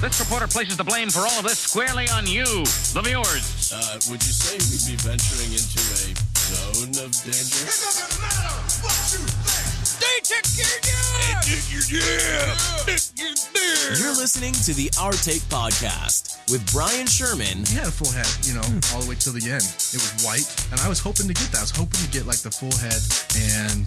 This reporter places the blame for all of this squarely on you, the viewers. Uh, would you say we'd be venturing into a zone of danger? It doesn't matter what you think. They took your job. You're listening to the Our Take Podcast with Brian Sherman He had a full head, you know, all the way till the end. It was white, and I was hoping to get that. I was hoping to get like the full head, and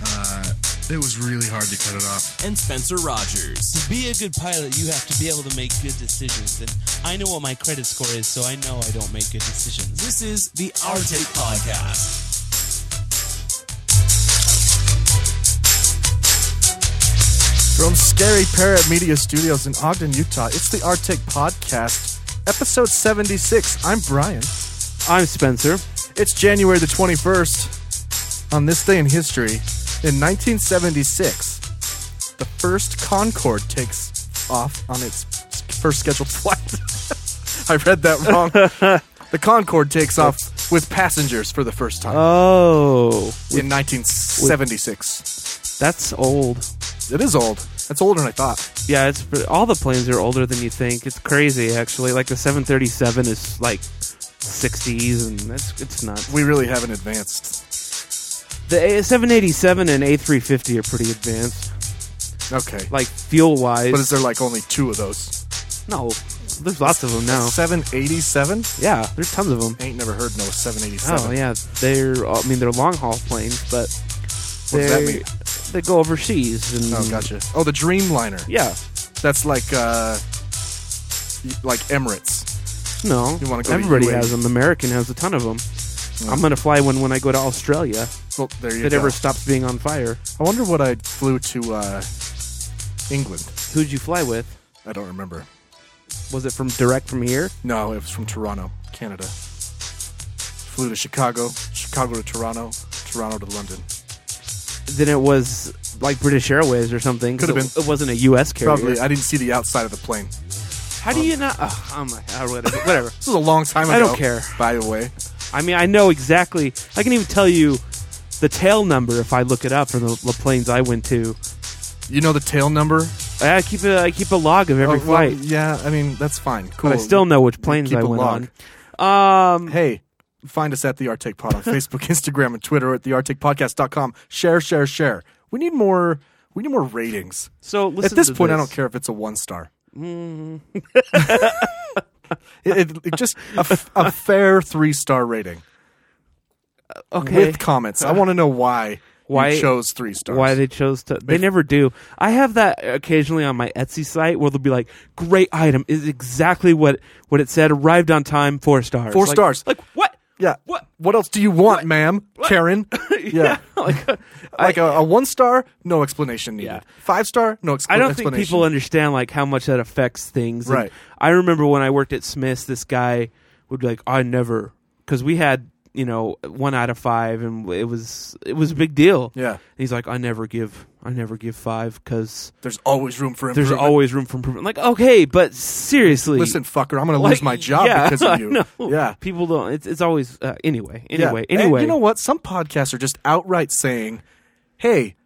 uh, it was really hard to cut it off. and Spencer Rogers. To be a good pilot, you have to be able to make good decisions. And I know what my credit score is, so I know I don't make good decisions. This is the Our Take Podcast. From Scary Parrot Media Studios in Ogden, Utah, it's the Arctic Podcast, episode 76. I'm Brian. I'm Spencer. It's January the 21st. On this day in history, in 1976, the first Concorde takes off on its first scheduled flight. I read that wrong. the Concorde takes off with passengers for the first time Oh, in 1976. that's old. It is old. That's older than I thought. Yeah, it's all the planes are older than you think. It's crazy, actually. Like the 737 is like 60s, and that's it's nuts. We really haven't advanced. The A- 787 and A350 are pretty advanced, Okay. like fuel wise. But is there like only two of those? no, there's lots of them now. 787? Yeah, there's tons of them. Ain't never heard no 787. Oh yeah, they're I mean they're long haul planes, but What does that they- mean? They go overseas and Oh, gotcha. Oh, the Dreamliner. Yeah, That's like uh y- like Emirates. no. You wanna go to Everybody UAE. has them. The American has a ton of them. I'm gonna fly one when I go to Australia. Well, there If you it go. ever stops being on fire, I wonder what I flew to uh England. who'd you fly with? I don't remember. Was it from direct from here? No, it was from Toronto, Canada. Flew to Chicago, Chicago to Toronto, Toronto to London. Then it was like British Airways or something. 'cause Could've it, It wasn't a U.S. carrier. Probably I didn't see the outside of the plane. How do you not? Oh, oh my God, whatever. whatever. This was a long time ago. I don't care. By the way, I mean, I know exactly. I can even tell you the tail number if I look it up from the, the planes I went to. you know the tail number I keep a, I keep a log of every Oh, well, flight, yeah, I mean that's fine. Cool. but I still know which You planes keep I a went log. on. Um, Hey, find us at the Arctic Pod on Facebook, Instagram, and Twitter or at thearcticpodcast.com. Share, share, share. We need more. We need more ratings. so listen at this to Mm. point, I don't care if it's a one star. it, it- it just a, f- a fair three star rating Uh, Okay. with comments. I want to know why Why- you chose three stars. why they chose to they never do i have that occasionally on my etsy site where they'll be like great item is exactly what what it said arrived on time four stars Four Like- stars. like what yeah. what What else do you want, ma'am? Karen. Yeah. like, uh, like a, a one star, no explanation needed. Yeah. Five star, no expl- i don't think explanation. people understand like how much that affects things And Right. i remember when i worked at smith's this guy would be like i never because we had you know one out of five and it was it was a big deal Yeah. he's like i never give i never give five because There's always room for improvement. there's always room for improvement like okay but seriously listen, fucker, I'm going to Like, lose my job yeah, because I of you. know. Yeah. people don't. It's, it's always uh, anyway, Yeah. anyway, And anyway. you know what? Some podcasts are just outright saying, hey,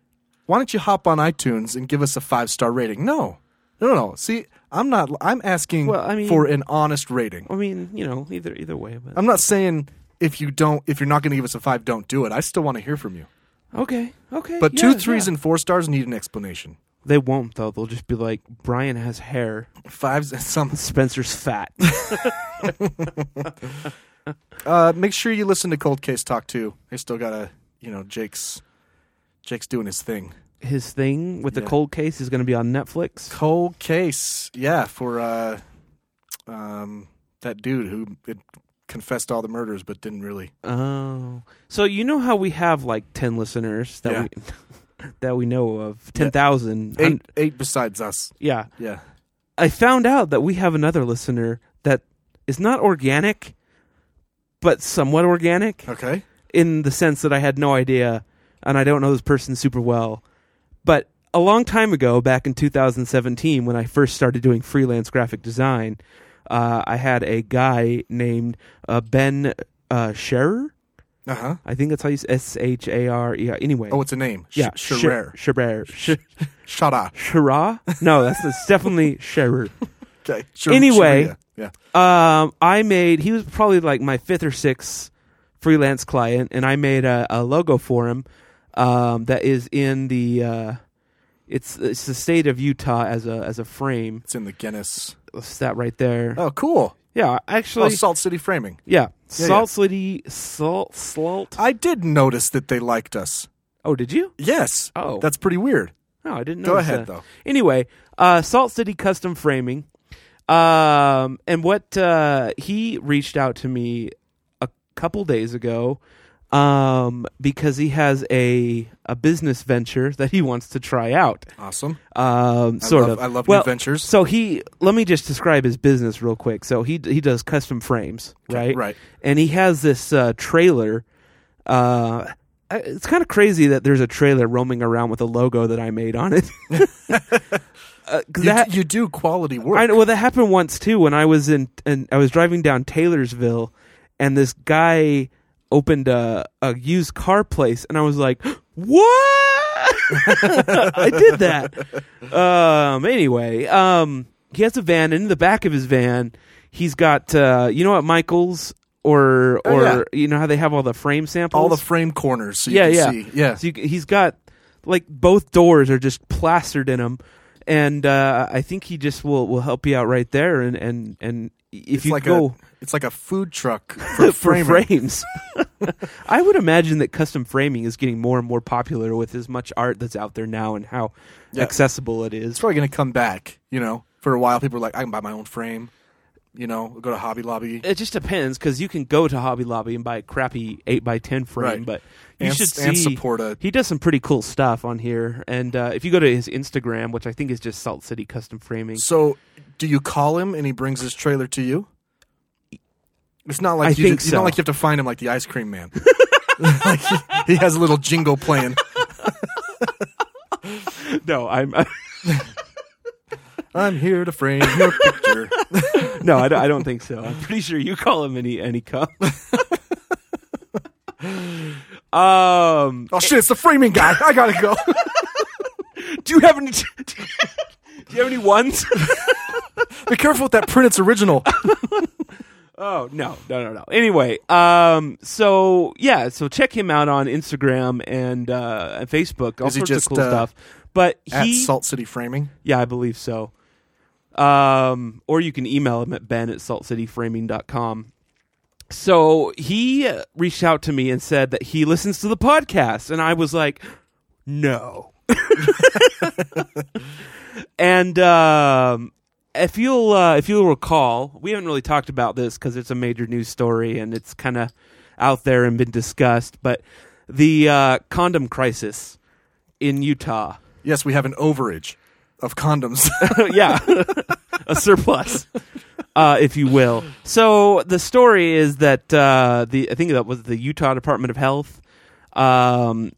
why don't you hop on iTunes and give us a five star rating? No. No, no, no. See, I'm not, I'm asking Well, I mean- for an honest rating. I mean, you know, either either way. But. I'm not saying if you don't, if you're not going to give us a five, don't do it. I still want to hear from you. okay, okay. But yeah, two, threes, yeah. and four stars need an explanation. they won't though. They'll just be like, Brian has hair. Fives and some. Spencer's fat. Uh, make sure you listen to Cold Case Talk too. They still got to, you know, Jake's, Jake's doing his thing. His thing with Yeah. the cold case is going to be on Netflix. cold case. Yeah, for uh, um, that dude who had confessed all the murders but didn't really. Oh, so you know how we have like ten listeners that Yeah. we that we know of, ten thousand. Eight, eight besides us. Yeah, Yeah. I found out that we have another listener that is not organic, but somewhat organic. Okay. in the sense that I had no idea and I don't know this person super well. But a long time ago, back in 2017, when I first started doing freelance graphic design, uh, I had a guy named uh, Ben uh, Scherer. Uh huh. I think that's how you s- S H A R E R. Anyway. Oh, it's a name. yeah. Sh- Scherer. Scherer. Scherer. Sh- Shara. Shara? No, that's, that's definitely Scherer. Okay. Sure. Anyway. sure, yeah. yeah. um, I made he was probably like my fifth or sixth freelance client, and I made a, a logo for him um, that is in the uh, it's it's the state of Utah as a as a frame. It's in the Guinness. It's that right there. Oh, cool. yeah, Oh, actually, Salt City Framing. yeah, Yeah, Salt City, Salt, Salt. I did notice that they liked us. Oh, did you? Yes. Oh. That's pretty weird. No, Oh, I didn't know. Go ahead, though. Anyway, uh, Salt City Custom Framing, um, and what uh, he reached out to me a couple days ago um, because he has a a business venture that he wants to try out. Awesome. Um, sort love- of. I love new well, ventures. So he, let me just describe his business real quick. So he he does custom frames, right? right. And he has this uh, trailer. Uh, I- it's kind of crazy that there's a trailer roaming around with a logo that I made on it. uh, 'cause You, that, you do quality work. I know. Well, that happened once too when I was in, and I was driving down Taylorsville, and this guy opened a, a used car place, and I was like, "What?" I did that. Um. Anyway, um, he has a van, and in the back of his van, he's got, uh, you know what, Michaels. Or, Oh, or yeah. you know how they have all the frame samples, All the frame corners. So you yeah, can yeah, See. Yeah. So you, c- he's got like both doors are just plastered in him, and uh, I think he just will will help you out right there. And and and if it's you like go a it's like a food truck for, for framing. frames, I would imagine that custom framing is getting more and more popular with as much art that's out there now and how Yeah. accessible it It's is. probably going to come back. You know, for a while, people are like, I can buy my own frame. You know, go to Hobby Lobby. It just depends because you can go to Hobby Lobby and buy a crappy eight by ten frame, Right. but you And should s- see and support a- he does some pretty cool stuff on here. And uh, if you go to his Instagram, which I think is just Salt City Custom Framing, So, do you call him and he brings his trailer to you? It's not like I you think just- it's not so. like you have to find him like the ice cream man. like he, he has a little jingle playing. No, I'm I'm here to frame your picture. no, I don't, I don't think so. I'm pretty sure you call him any any cup. um, Oh shit, it's the framing guy. I gotta go. do you have any? Do you have any ones? Be careful with that print. It's original. oh no, no, no, no. Anyway, um, so yeah, so check him out on Instagram and uh, and Facebook. All Is he sorts just, of cool uh, stuff. But he, At Salt City Framing. yeah, I believe so. Um, or you can email him at ben at saltcityframing.com. So he uh, reached out to me and said that he listens to the podcast. And I was like, no. and um, if you'll uh, if you'll recall, we haven't really talked about this because it's a major news story and it's kind of out there and been discussed. But the uh, condom crisis in Utah. Yes, we have an overage of condoms. yeah, a surplus, uh, if you will. So the story is that uh, the I think that was the Utah Department of Health um,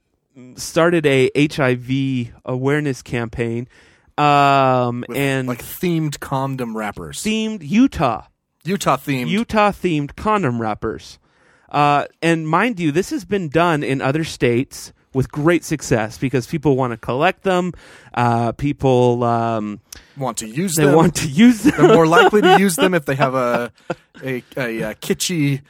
started a HIV awareness campaign, um, With, and like themed condom wrappers. themed Utah. Utah themed. Utah themed condom wrappers. Uh, and mind you, this has been done in other states with great success because people want to collect them. Uh, people um, want to use they them. want to use them. They're more likely to use them if they have a a, a, uh kitschy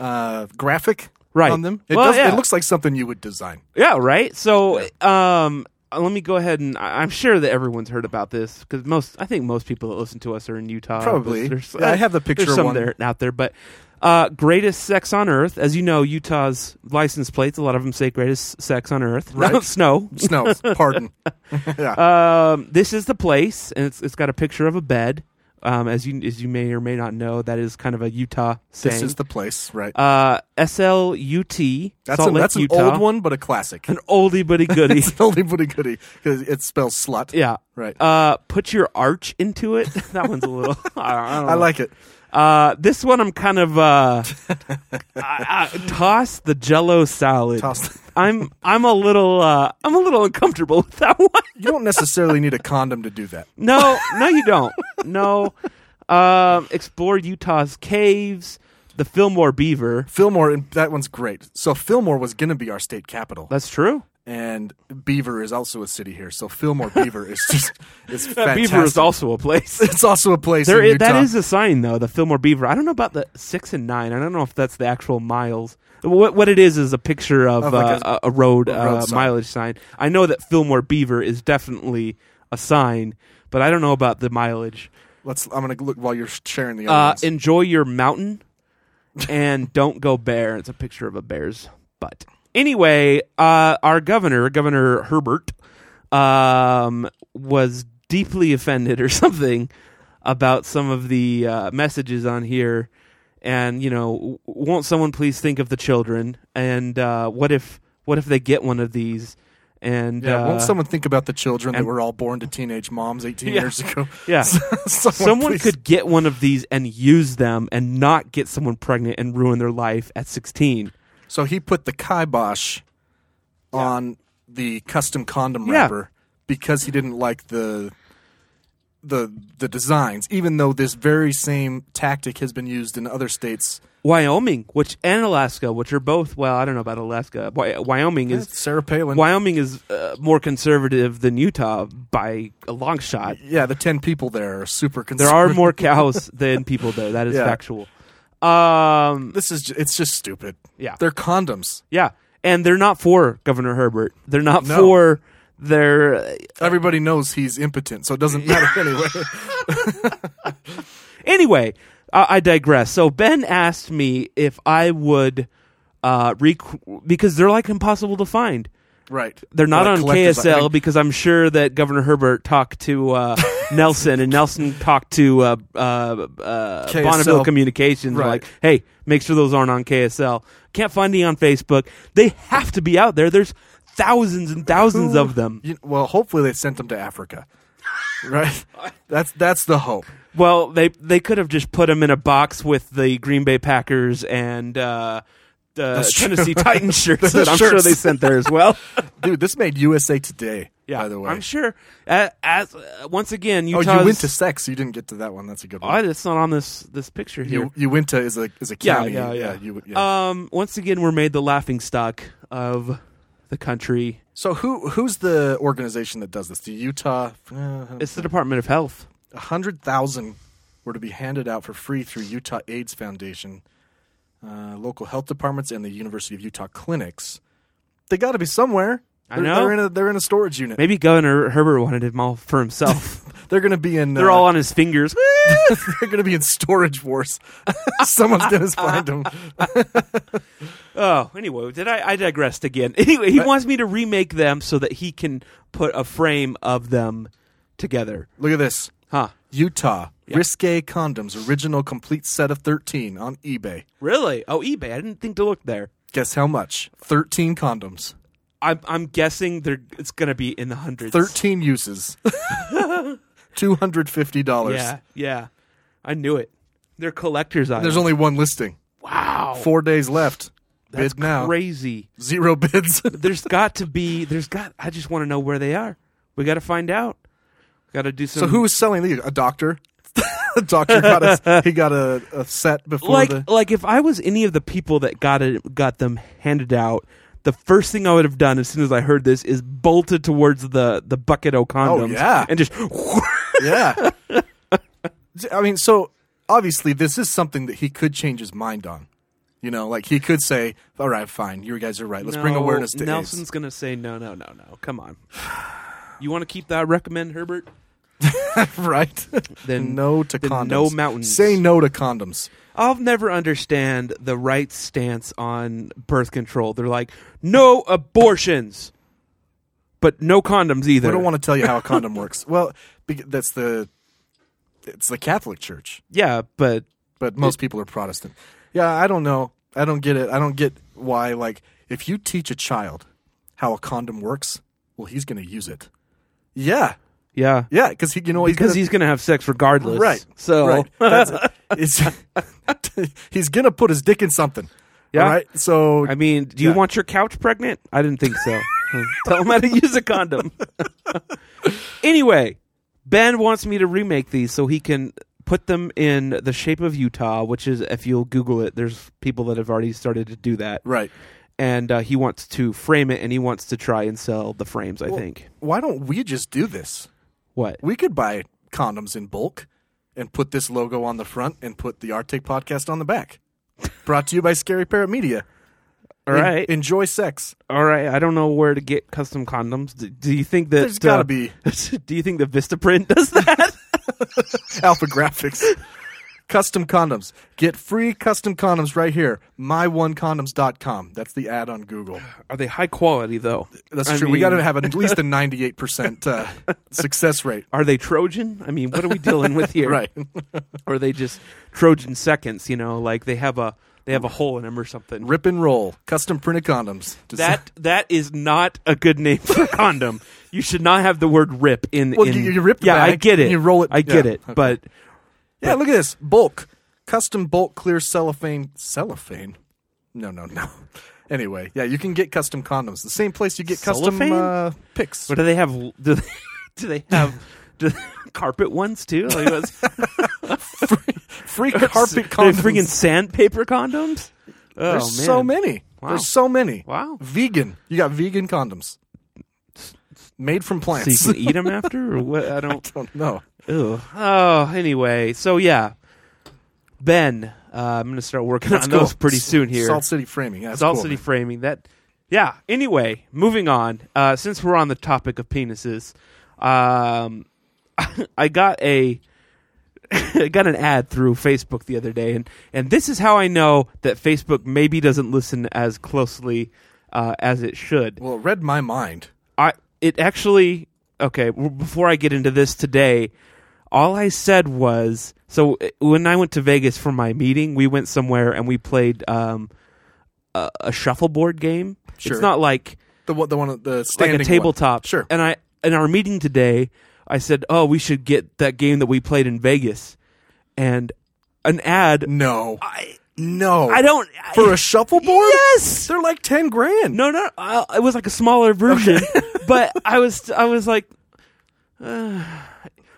uh, graphic Right. on them. It, Well, does, yeah. it looks like something you would design. Yeah, right. So, um, uh, let me go ahead and I- I'm sure that everyone's heard about this because most, I think most people that listen to us are in Utah. Probably. There's- uh, Yeah, I have the picture of There's some one. there out there, but uh, greatest sex on earth, as you know, Utah's license plates. A lot of them say greatest sex on earth. No, Right. snow. Snow, pardon. yeah. Um, this is the place, and it's it's got a picture of a bed. Um, as you as you may or may not know, that is kind of a Utah saying. this is the place, right? uh, SLUT. that's Salt an, Lake, that's an Utah. old one, but a classic. An oldie but a goodie. it's an oldie but a goodie because it spells slut. Yeah. Right. Uh, put your arch into it. that one's a little. I, I, don't I know. like it. Uh, this one I'm kind of uh, I, I, toss the Jello salad. Toss- I'm I'm a little uh, I'm a little uncomfortable with that one. You don't necessarily need a condom to do that. No, no, you don't. No. Um, explore Utah's caves. The Fillmore Beaver. Fillmore, and that one's great. So Fillmore was going to be our state capital, That's true. and Beaver is also a city here. So Fillmore Beaver is just is That fantastic. Beaver is also a place. it's also a place There in is, Utah. that is a sign though, the Fillmore Beaver. I don't know about the six and nine. I don't know if that's the actual miles. What what it is is a picture of, Of like uh, a, a road, a road uh, sign. mileage sign. I know that Fillmore Beaver is definitely a sign, but I don't know about the mileage. Let's. I'm gonna look while you're sharing the. Uh, other ones. enjoy your mountain, and don't go bear. It's a picture of a bear's butt. Anyway, uh, our governor, Governor Herbert, um, was deeply offended or something about some of the uh, messages on here. And you know, w- won't someone please think of the children? And uh, what if what if they get one of these? And yeah, uh, won't someone think about the children that and- were all born to teenage moms 18 Yeah. years ago? Yeah. someone someone please- could get one of these and use them and not get someone pregnant and ruin their life at 16 So he put the kibosh on the custom condom Yeah. wrapper because he didn't like the the the designs, even though this very same tactic has been used in other states. wyoming which and alaska which are both well i don't know about alaska Wy- wyoming is Sarah Palin. wyoming is uh, more conservative than utah by a long shot yeah, the ten people there are super. Concerned. there are more cows than people there that is Yeah. factual um This is ju- it's just stupid. Yeah. they're condoms. yeah and they're not for governor herbert they're not No. for their Everybody knows he's impotent, so it doesn't matter anyway. Anyway, I, I digress. So Ben asked me if I would uh, rec- because they're like impossible to find. Right? They're not Like on collector's- KSL because I'm sure that Governor Herbert talked to uh, Nelson and Nelson talked to uh, uh, uh, KSL. Bonneville Communications. Right. Like, hey, make sure those aren't on KSL. Can't find any on Facebook. They have to be out there. There's thousands and thousands of them. You- well, hopefully they sent them to Africa. Right? That's that's the hope. Well, they they could have just put him in a box with the Green Bay Packers and uh, the That's true. Tennessee Titans shirts The that I'm sure shirts. they sent there as well. Dude, this made USA Today, yeah, by the way. I'm sure. Uh, as uh, once again, oh, Utah's, you went to sex. you didn't get to that one. That's a good Oh, one. it's not on this this picture here. you, you went to is a is a Yeah, county. yeah, yeah. you, yeah. Um, once again, we're made the laughing stock of the country. so who who's the organization that does this? The Utah uh, It's the Department of Health. a hundred thousand were to be handed out for free through Utah AIDS Foundation, uh, local health departments, and the University of Utah clinics. They got to be somewhere. I They're- know. they're in a they're in a storage unit. Maybe Governor Herbert wanted them all for himself. They're going to be in. They're uh, all on his fingers. They're going to be in storage wars. Someone's going to find them. Oh, anyway, did I? I digressed again. Anyway, he wants me to remake them so that he can put a frame of them together. Look at this. Huh? Utah risque condoms original complete set of 13 on eBay. Really? Oh, eBay. I didn't think to look there. Guess how much? 13 condoms. I'm I'm guessing they're it's gonna be in the hundreds. 13 uses. $250. Yeah, yeah. I knew it. They're collectors' items. There's only one listing. wow. Four days left. Bid now. Crazy. Zero bids. There's got to be. There's got. I just want to know where they are. We got to find out. Got to do some. so who was selling these? A doctor? a doctor got a, he got a, a set before like the. like if I was any of the people that got it got them handed out, the first thing I would have done as soon as I heard this is bolted towards the the bucket of condoms. Oh, yeah. and just Yeah. I mean, so obviously this is something that he could change his mind on. You know, like he could say, "All right, fine, you guys are right. Let's bring No, awareness to Nelson's AIDS." gonna say no, no, no, no. Come on. You want to keep that recommend, Herbert? right? Then no to then condoms. No mountains. Say no to condoms. I'll never understand the right stance on birth control. They're like no abortions, but no condoms either. I don't want to tell you how a condom works. Well, bec- that's the it's the Catholic Church, Yeah, but but most people are Protestant. Yeah, I don't know. I don't get it. I don't get why. Like, if you teach a child how a condom works, well, he's going to use it. Yeah, yeah, Yeah, because he, you know, because he's he's gonna have sex regardless. gonna, right. So right. That's it. It's- he's gonna put his dick in something. Yeah. All right. So I mean, do you Yeah. want your couch pregnant? I didn't think so. Hmm. Tell him how to use a condom. anyway, Ben wants me to remake these so he can put them in the shape of Utah, which is if you'll Google it, there's people that have already started to do that. right. and uh, he wants to frame it and he wants to try and sell the frames. I think Why don't we just do this? what We could buy condoms in bulk and put this logo on the front and put the Arctic podcast on the back. Brought to you by Scary Parrot Media. All En- right. enjoy sex. All right, I don't know where to get custom condoms. Do, do you think that uh, There's gotta be. Do you think the Vistaprint does that? Alpha Graphics. custom condoms. Get free custom condoms right here. MyOneCondoms.com. That's the ad on Google. Are they high quality though? That's I true. we got to mean, have at least a 98% uh, success rate. Are they Trojan? I mean, what are we dealing with here? Right. Or are they just Trojan seconds? You know, like they have a they have a hole in them or something. Rip and roll. Custom printed condoms. Just- That that is not a good name for a condom. You should not have the word "rip" in. Well, in- you- you rip the yeah, I bag get it. and you roll it- I get yeah, it. okay. But yeah, look at this. Bulk. Custom bulk clear cellophane. Cellophane? No, no, no. Anyway, yeah, you can get custom condoms. The same place you get Cellophane? custom uh, picks. But do they have? Do they, do they have do, carpet ones too? Like what's- Free carpet They're condoms. freaking sandpaper condoms. Oh, There's so man. many. Wow. There's so many. Wow. Vegan. You got vegan condoms. Made from So you plants. can eat them after, or what? I don't. don't know. Ew. Oh, anyway. So yeah, Ben, uh, I'm gonna start working on those pretty soon here. Salt City framing. Yeah, that's Salt cool, City man. framing that. Yeah. Anyway, moving on. Uh, since we're on the topic of penises, um, I got a I got an ad through Facebook the other day, and and this is how I know that Facebook maybe doesn't listen as closely uh, as it should. Well, it read my mind. I it actually okay. w- Before I get into this today, all I said was so uh, when I went to Vegas for my meeting, we went somewhere and we played um, a, a shuffleboard game. Sure. It's not like The one, the one, the like standing a tabletop. One. Sure. And I in our meeting today, I said, "Oh, we should get that game that we played in Vegas," and an ad. no, I no. I don't for a shuffleboard. Yes! they're like ten grand. No, no, uh, it was like a smaller version, but I was, I was like, uh,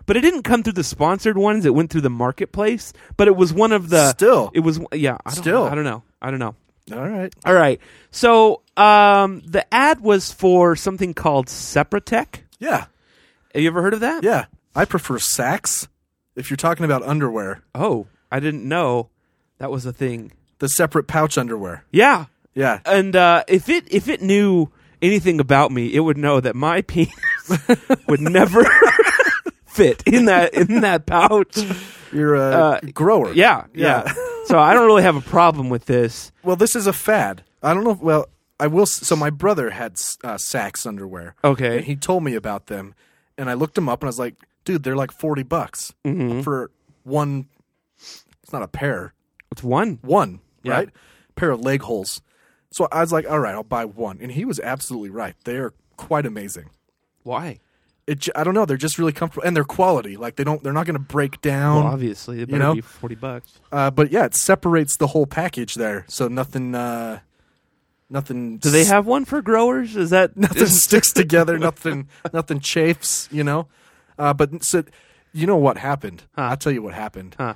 but it didn't come through the sponsored ones. It went through the marketplace, but it was one of the Still. It was yeah. I don't, Still. I don't know. I don't know. All right. All right. So um, the ad was for something called Sepratech. Yeah, Have you ever heard of that? yeah. I prefer sacks. If you're talking about underwear, Oh, I didn't know that was a thing. the separate pouch underwear. Yeah. Yeah. and uh, if it if it knew anything about me, it would know that my penis would never fit in that in that pouch. You're a Uh, grower. Yeah, yeah. Yeah. so I don't really have a problem with this. Well, this is a fad. I don't know. if- Well, I will. s- So my brother had s- uh, Saks underwear. Okay. And he told me about them, and I looked them up, and I was like, dude, they're like forty bucks Mm-hmm. for one. It's not a pair. It's one. One right pair of leg holes. So I was like, all right, I'll buy one, and he was absolutely right. They are quite amazing. Why? It, j- I don't know. They're just really comfortable, and they're quality. Like they don't. They're not going to break down. Well, obviously, it better know? be forty bucks. Uh, but yeah, it separates the whole package there, so nothing. Uh, nothing. Do they have one for growers? Is that nothing sticks together. Nothing. Nothing chafes. You know. Uh, but so, you know what happened? I'll tell you what happened. Huh.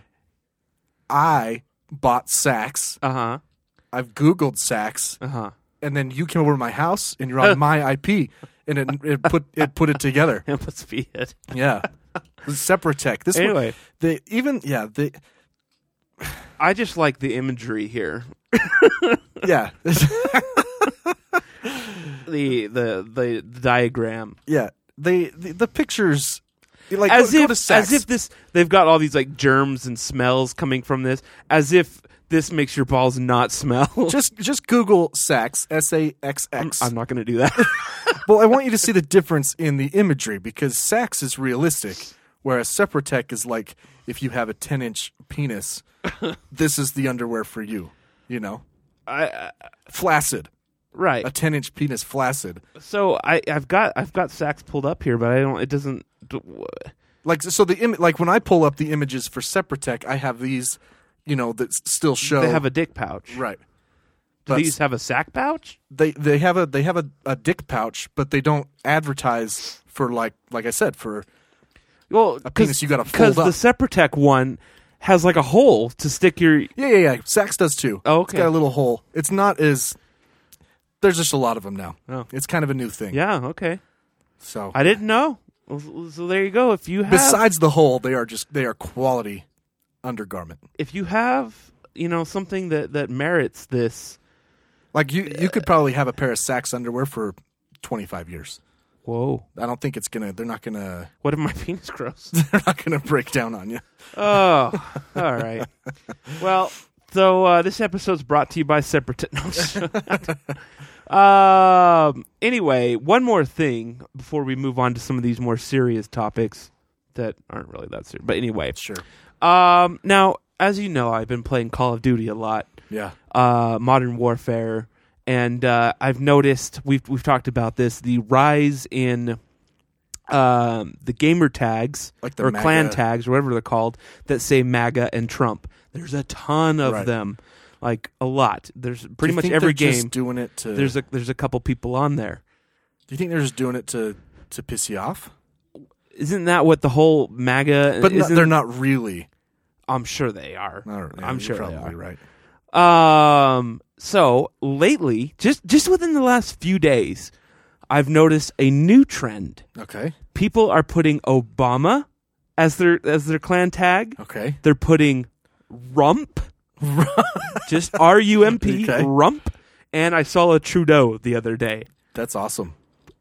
I bought Saks. Uh huh. I've Googled Saks, Uh huh. and then you came over to my house, and you're on my IP, and it, it put it put it together. That must be it. Yeah. Separatech. This one, Anyway. the even yeah the I just like the imagery here. yeah The the the, the diagram. yeah they the, the pictures like as go, go if to Saks. as if this they've got all these like germs and smells coming from this as if this makes your balls not smell just just Google Saks S A X X. i'm not gonna do that Well, I want you to see the difference in the imagery because Saks is realistic, whereas Sepratech is like if you have a ten inch penis, this is the underwear for you. You know, flaccid a right ten inch penis flaccid. so i i've got i've got sacks pulled up here but i don't it doesn't d- w- Like so the Im- like when I pull up the images for Sepratech, I have these, you know, that s- still show they have a dick pouch right. do But these have a sack pouch they they have a they have a, a dick pouch, but they don't advertise for like like I said for well A penis you gotta because the fold up. sepratech one has like a hole to stick your Yeah, yeah, yeah. Sax does too. Oh, It's okay. got a little hole. It's not as There's just a lot of them now. Oh. It's kind of a new thing. Yeah. Okay. So I didn't know. Well, So there you go. If you have, besides the whole, they are just they are quality undergarment. if you have, you know, something that that merits this. Like you, you Uh, could probably have a pair of Saks underwear for 25 years. Whoa. I don't think it's gonna. They're not gonna. What if my penis grows? They're not gonna break down on you. oh. All right. Well. So uh, this episode's brought to you by Separate. No, I'm just- um. Anyway, one more thing before we move on to some of these more serious topics that aren't really that serious. But anyway, Sure. Um, now, as you know, I've been playing Call of Duty a lot, Yeah. uh, Modern Warfare, and uh, I've noticed we've we've talked about this the rise in um, the gamer tags Like the or clan MAGA. tags, or whatever they're called, that say MAGA and Trump. There's a ton of Right. them, like a lot. There's Do pretty you much think every they're game. Just doing it to. there's a there's a couple people on there. do you think they're just doing it to to piss you off? Isn't that what the whole MAGA? But no, Uh, isn't- they're not really. I'm sure they are. I don't know. I'm You're sure probably they are. right. Um. So lately, just just within the last few days, I've noticed a new trend. Okay. People are putting Obama as their as their clan tag. Okay. They're putting Rump, just R U M P, Okay. Rump. And I saw a Trudeau the other day. That's awesome.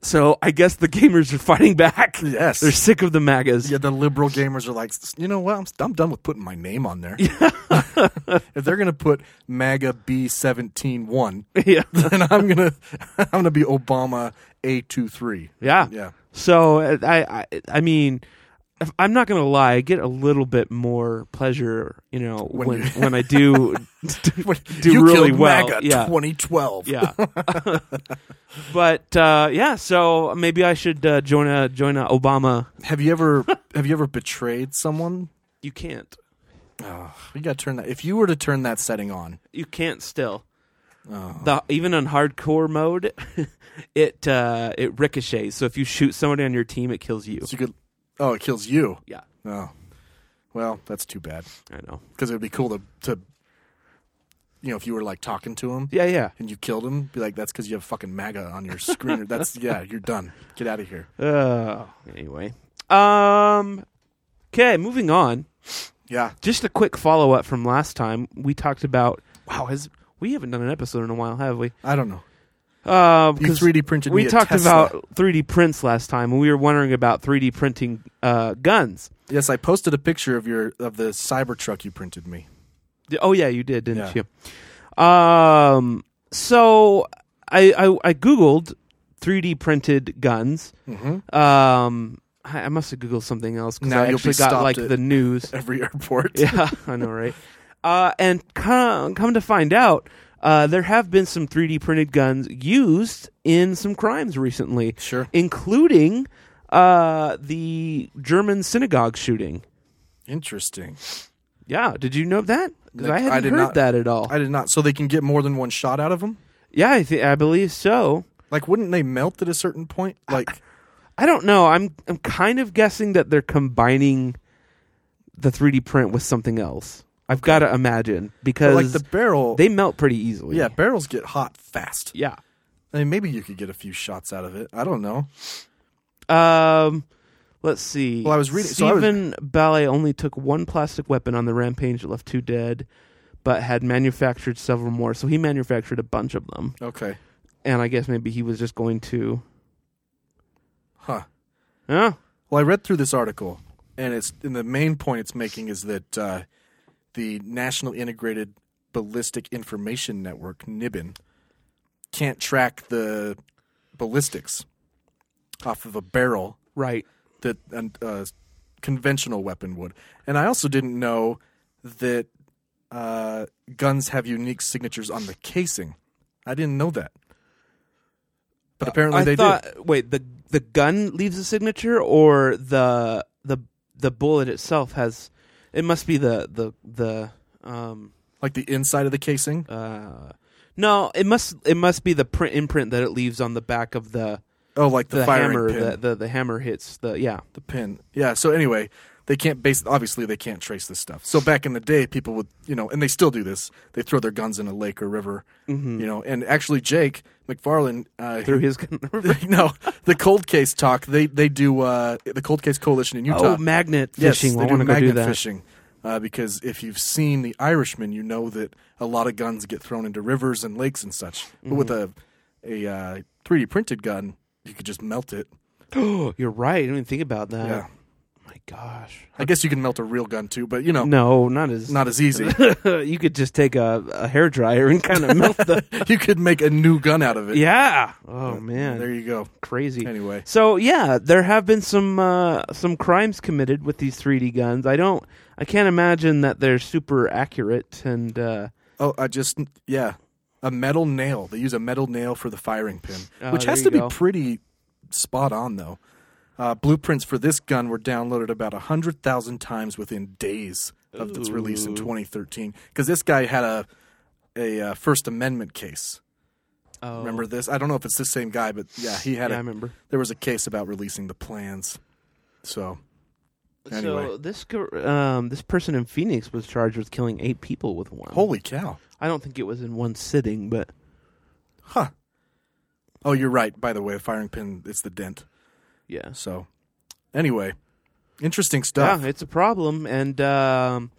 So I guess the gamers are fighting back. Yes. They're sick of the MAGAs. Yeah, the liberal gamers are like, you know what? I'm, I'm done with putting my name on there. if they're gonna put MAGA B seventeen one, Yeah. then I'm gonna I'm gonna be Obama A two three. Yeah. Yeah. So uh, I I, I mean, if- I'm not gonna lie. I get a little bit more pleasure, you know, when When when, you- I do do you really killed well. MAGA yeah. 2012. yeah. but uh, yeah, so maybe I should uh, join a join a Obama. Have you ever have you ever betrayed someone? You can't. You got to turn that. If you were to turn that setting on, You can't still. Oh. The, even on hardcore mode, it uh, it ricochets. So if you shoot somebody on your team, it kills you. so you could. Oh, it kills you. Yeah, Oh, well, that's too bad I know. because it would be cool to to. You know, if you were like talking to him, Yeah, yeah. and you killed him, be like, that's because you have fucking MAGA on your screen. Or that's yeah, you're done. Get out of here. Uh, anyway. Um okay, moving on. Yeah, Just a quick follow up from last time. We talked about wow, has we haven't done an episode in a while, have we? I don't know. Um You 'cause 3D printed. we me a talked Tesla. about 3D prints last time, and we were wondering about 3D printing uh, guns. Yes, I posted a picture of your of the Cybertruck you printed me. D- Oh yeah, you did, didn't you? Um, so I I, I googled 3D printed guns. Mm-hmm. Um, I, I must have googled something else because Now I you'll be actually got stopped like at- the news. Every airport. Yeah, I know, right? Uh, and come come to find out, uh, there have been some 3D printed guns used in some crimes recently. Sure. including uh, the German synagogue shooting. Interesting. Yeah, did you know that? Because I Like, hadn't I did heard not- that at all. I did not. So they can get more than one shot out of them. yeah, I, th- I believe so. Like, wouldn't they melt at a certain point? Like, I don't know. I'm I'm kind of guessing that they're combining the 3D print with something else. I've got to imagine but because like the barrel. Oh, they melt pretty easily. yeah, barrels get hot fast. yeah. I mean, maybe you could get a few shots out of it. I don't know. Um, let's see. Well, I was reading- so I was- Stephen Ballet only took one plastic weapon on the rampage that left two dead, but had manufactured several more. So he manufactured a bunch of them, Okay. and I guess maybe he was just going to. Huh. Yeah. Well, I read through this article, and it's and the main point it's making is that uh, the National Integrated Ballistic Information Network (NIBIN) can't track the ballistics off of a barrel Right. that a uh, conventional weapon would. And I also didn't know that uh, guns have unique signatures on the casing. I didn't know that. But apparently Uh, I they thought. do. Wait the the gun leaves a signature, or the the the bullet itself has. It must be the the the um Like the inside of the casing. uh. No, it must it must be the print imprint that it leaves on the back of the Oh, like the, the firing hammer pin. the, the the hammer hits the yeah the pin. Yeah. So anyway, They can't base obviously they can't trace this stuff. So back in the day, people would you know, and they still do this. They throw their guns in a lake or river, Mm-hmm. you know. And actually, Jake McFarland uh, through his no the cold case talk. They they do uh, the cold case coalition in Utah. oh magnet Yes, fishing. they I do want to go magnet do that. fishing. Uh, because if you've seen The Irishman, you know that a lot of guns get thrown into rivers and lakes and such. But with Mm-hmm. a a uh, 3D printed gun, you could just melt it. Oh, You're right. I didn't even think about that. Yeah. My gosh. I guess you can melt a real gun too, but you know, No, not as Oh. not as easy. you could just take a, a hair dryer and kind of melt the you could make a new gun out of it. yeah. Oh man, There you go. crazy. Anyway. so yeah, there have been some uh, some crimes committed with these 3D guns. I don't, I can't imagine that they're super accurate. And uh, Oh, I just yeah, a metal nail. They use a metal nail for the firing pin, Oh, which there has you to go. be pretty spot on though. Uh, blueprints for this gun were downloaded about hundred thousand times within days of its release in 2013, because this guy had a a uh, First Amendment case. oh, Remember this? I don't know if it's the same guy, but yeah, he had. Yeah, I a, remember. There was a case about releasing the plans. So So anyway. this gr- um, this person in Phoenix was charged with killing eight people with one. holy cow! I don't think it was in one sitting, but Huh. Oh, you're right. By the way, a firing pin, it's the dent. yeah, So, anyway, interesting stuff. yeah, it's a problem, and um,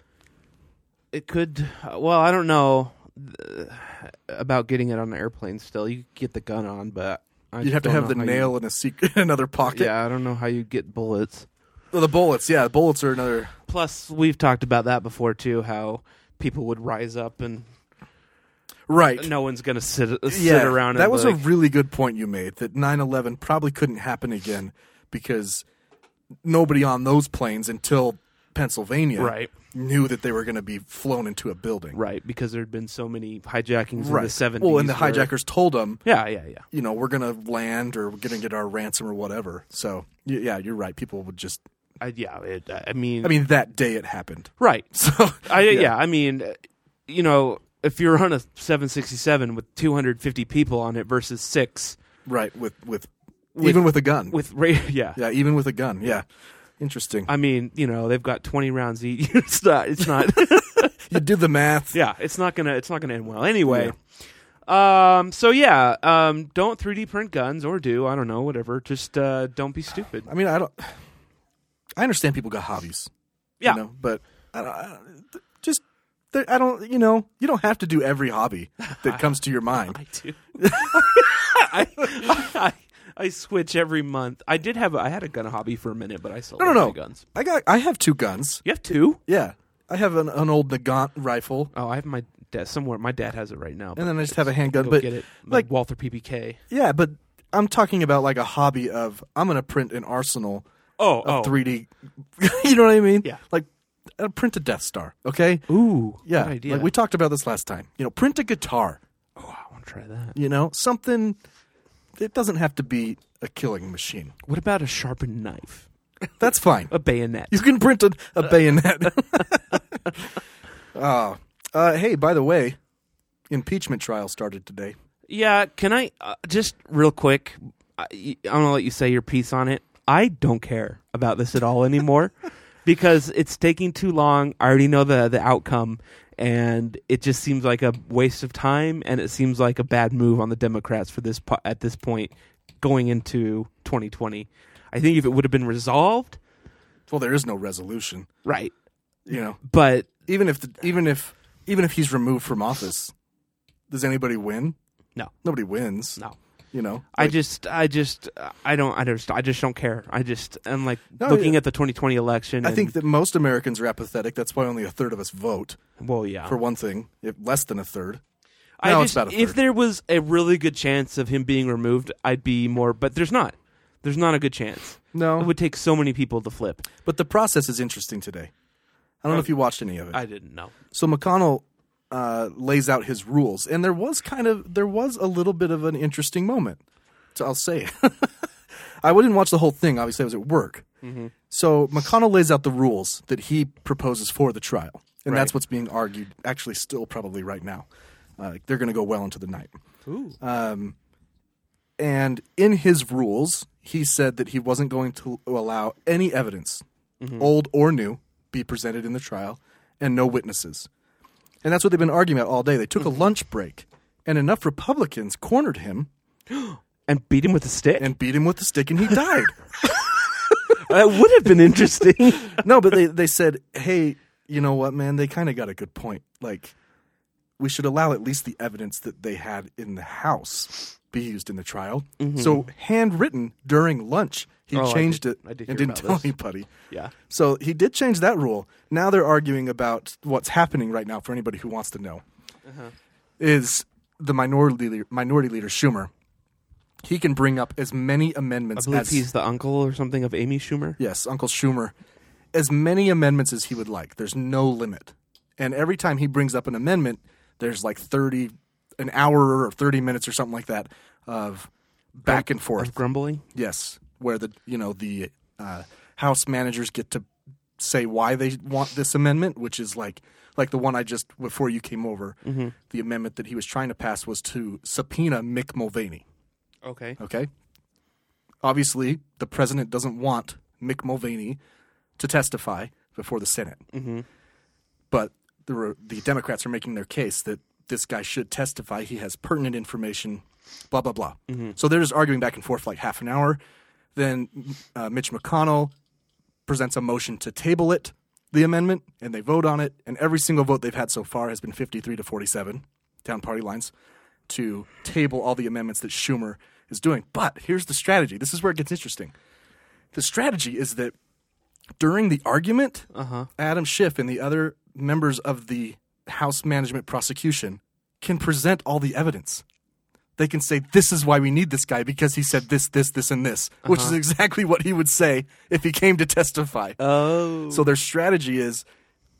it could. Well, I don't know th- about getting it on the airplane. Still, you could get the gun on, but I You'd just have to don't have know the how you- nail in a secret, another pocket. Yeah, I don't know how you get bullets. Well, the bullets. Yeah, the bullets are another. Plus, we've talked about that before too. How people would rise up, and Right. no one's gonna sit sit yeah, around. That and was be like, a really good point you made. That 9/11 probably couldn't happen again because nobody on those planes until Pennsylvania Right. knew that they were going to be flown into a building. right because there had been so many hijackings in the seventies. Well, and the hijackers told them, Yeah, yeah, yeah. you know, we're going to land or we're going to get our ransom or whatever. So, y- yeah, you're right. People would just. I, yeah, it, uh, I mean, I mean, that day it happened. right. So, I, yeah. I mean, uh, you know, if you're on a 767 with 250 people on it versus six Right, with with, With- even with a gun. with, ra- yeah. yeah, even with a gun. Yeah, interesting. I mean, you know, they've got 20 rounds each. it's not, it's not, you did the math. yeah, it's not gonna, it's not gonna end well anyway. Um, so yeah, um, don't 3D print guns or do, I don't know, whatever. Just, uh, don't be stupid. I mean, I don't. I understand people got hobbies. Yeah. You know, but I, don't- I, just there- I don't. You know, you don't have to do every hobby that comes to your mind. I do. I, I, I switch every month. I did have, a, I had a gun hobby for a minute, but I sold No, no, all my no. guns. I got. I have two guns. You have two? Yeah, I have an, an old Nagant rifle, Oh, I have my dad somewhere. My dad has it right now. and but then I just have a handgun. go but get it, My like, Walther PPK. yeah, but I'm talking about like a hobby of I'm gonna print an arsenal Oh, of 3D. you know what I mean? Yeah. Like, uh, print a Death Star. Okay. Ooh, Yeah. good idea. Like we talked about this last time. You know, print a guitar. I want to try that. You know, something. It doesn't have to be a killing machine. What about a sharpened knife, That's fine. a bayonet? You can print a, a bayonet. Oh. uh, hey, by the way, impeachment trial started today. yeah. Can I uh, just real quick? I, I'm gonna let you say your piece on it. I don't care about this at all anymore because it's taking too long. I already know the the outcome, and it just seems like a waste of time, and it seems like a bad move on the Democrats for this po- at this point going into 2020. I think if it would have been resolved, Well, there is no resolution. right? You know, But even if the, even if even if he's removed from office, does anybody win? No. nobody wins. no. You know, I just, I just, I don't, I just, I just don't care. I just, I'm like No, looking yeah. at the 2020 election. I and- think that most Americans are apathetic. That's why only a third of us vote, well, yeah. for one thing, if less than a third. I no, just, it's about a if third. there was a really good chance of him being removed, I'd be more. But there's not. There's not a good chance. No. it would take so many people to flip. But the process is interesting today. I don't know if you watched any of it. I didn't know. so McConnell uh, lays out his rules, and there was kind of there was a little bit of an interesting moment. So I'll say it. I didn't watch the whole thing. Obviously, I was at work. So McConnell lays out the rules that he proposes for the trial, and that's what's being argued. Actually, still probably right now. Uh, they're going to go well into the night. Um, And in his rules, he said that he wasn't going to allow any evidence Mm-hmm. old or new, be presented in the trial, and no witnesses. And that's what they've been arguing about all day. They Mm-hmm. took a lunch break, and enough Republicans cornered him and beat him with a stick. and beat him with a stick, and he died. that would have been interesting. no, but they, they said, hey, you know what, man? They kind of got a good point. Like, we should allow at least the evidence that they had in the house be used in the trial. So, handwritten during lunch, he Mm-hmm. Oh, I changed did- it I did and hear didn't about tell this. anybody. yeah. So, he did change that rule. Now they're arguing about what's happening right now for anybody who wants to know. Uh-huh. Is the minority leader, minority leader Schumer? He can bring up as many I amendments believe as he's the uncle or something of Amy Schumer. Yes, Uncle Schumer. As many amendments as he would like. There's no limit. And every time he brings up an amendment, there's like 30, an hour or 30 minutes or something like that of back and Of forth. grumbling. Yes, where the, you know, the uh, House managers get to say why they want this amendment, which is like, like the one I just, before you came over, the amendment that he was trying to pass was to subpoena Mick Mulvaney. Okay. Okay. Obviously, the president doesn't want Mick Mulvaney to testify before the Senate. Mm-hmm. But the, re- the Democrats are making their case that this guy should testify. He has pertinent information, blah, blah, blah. So they're just arguing back and forth for like half an hour. Then uh, Mitch McConnell presents a motion to table it, the amendment, and they vote on it. And every single vote they've had so far has been 53 to 47 down party lines to table all the amendments that Schumer is doing. But here's the strategy. This is where it gets interesting. The strategy is that during the argument, Adam Schiff and the other members of the House Management Prosecution can present all the evidence. They can say, This is why we need this guy because he said this, this, this, and this, which is exactly what he would say if he came to testify. Oh. So their strategy is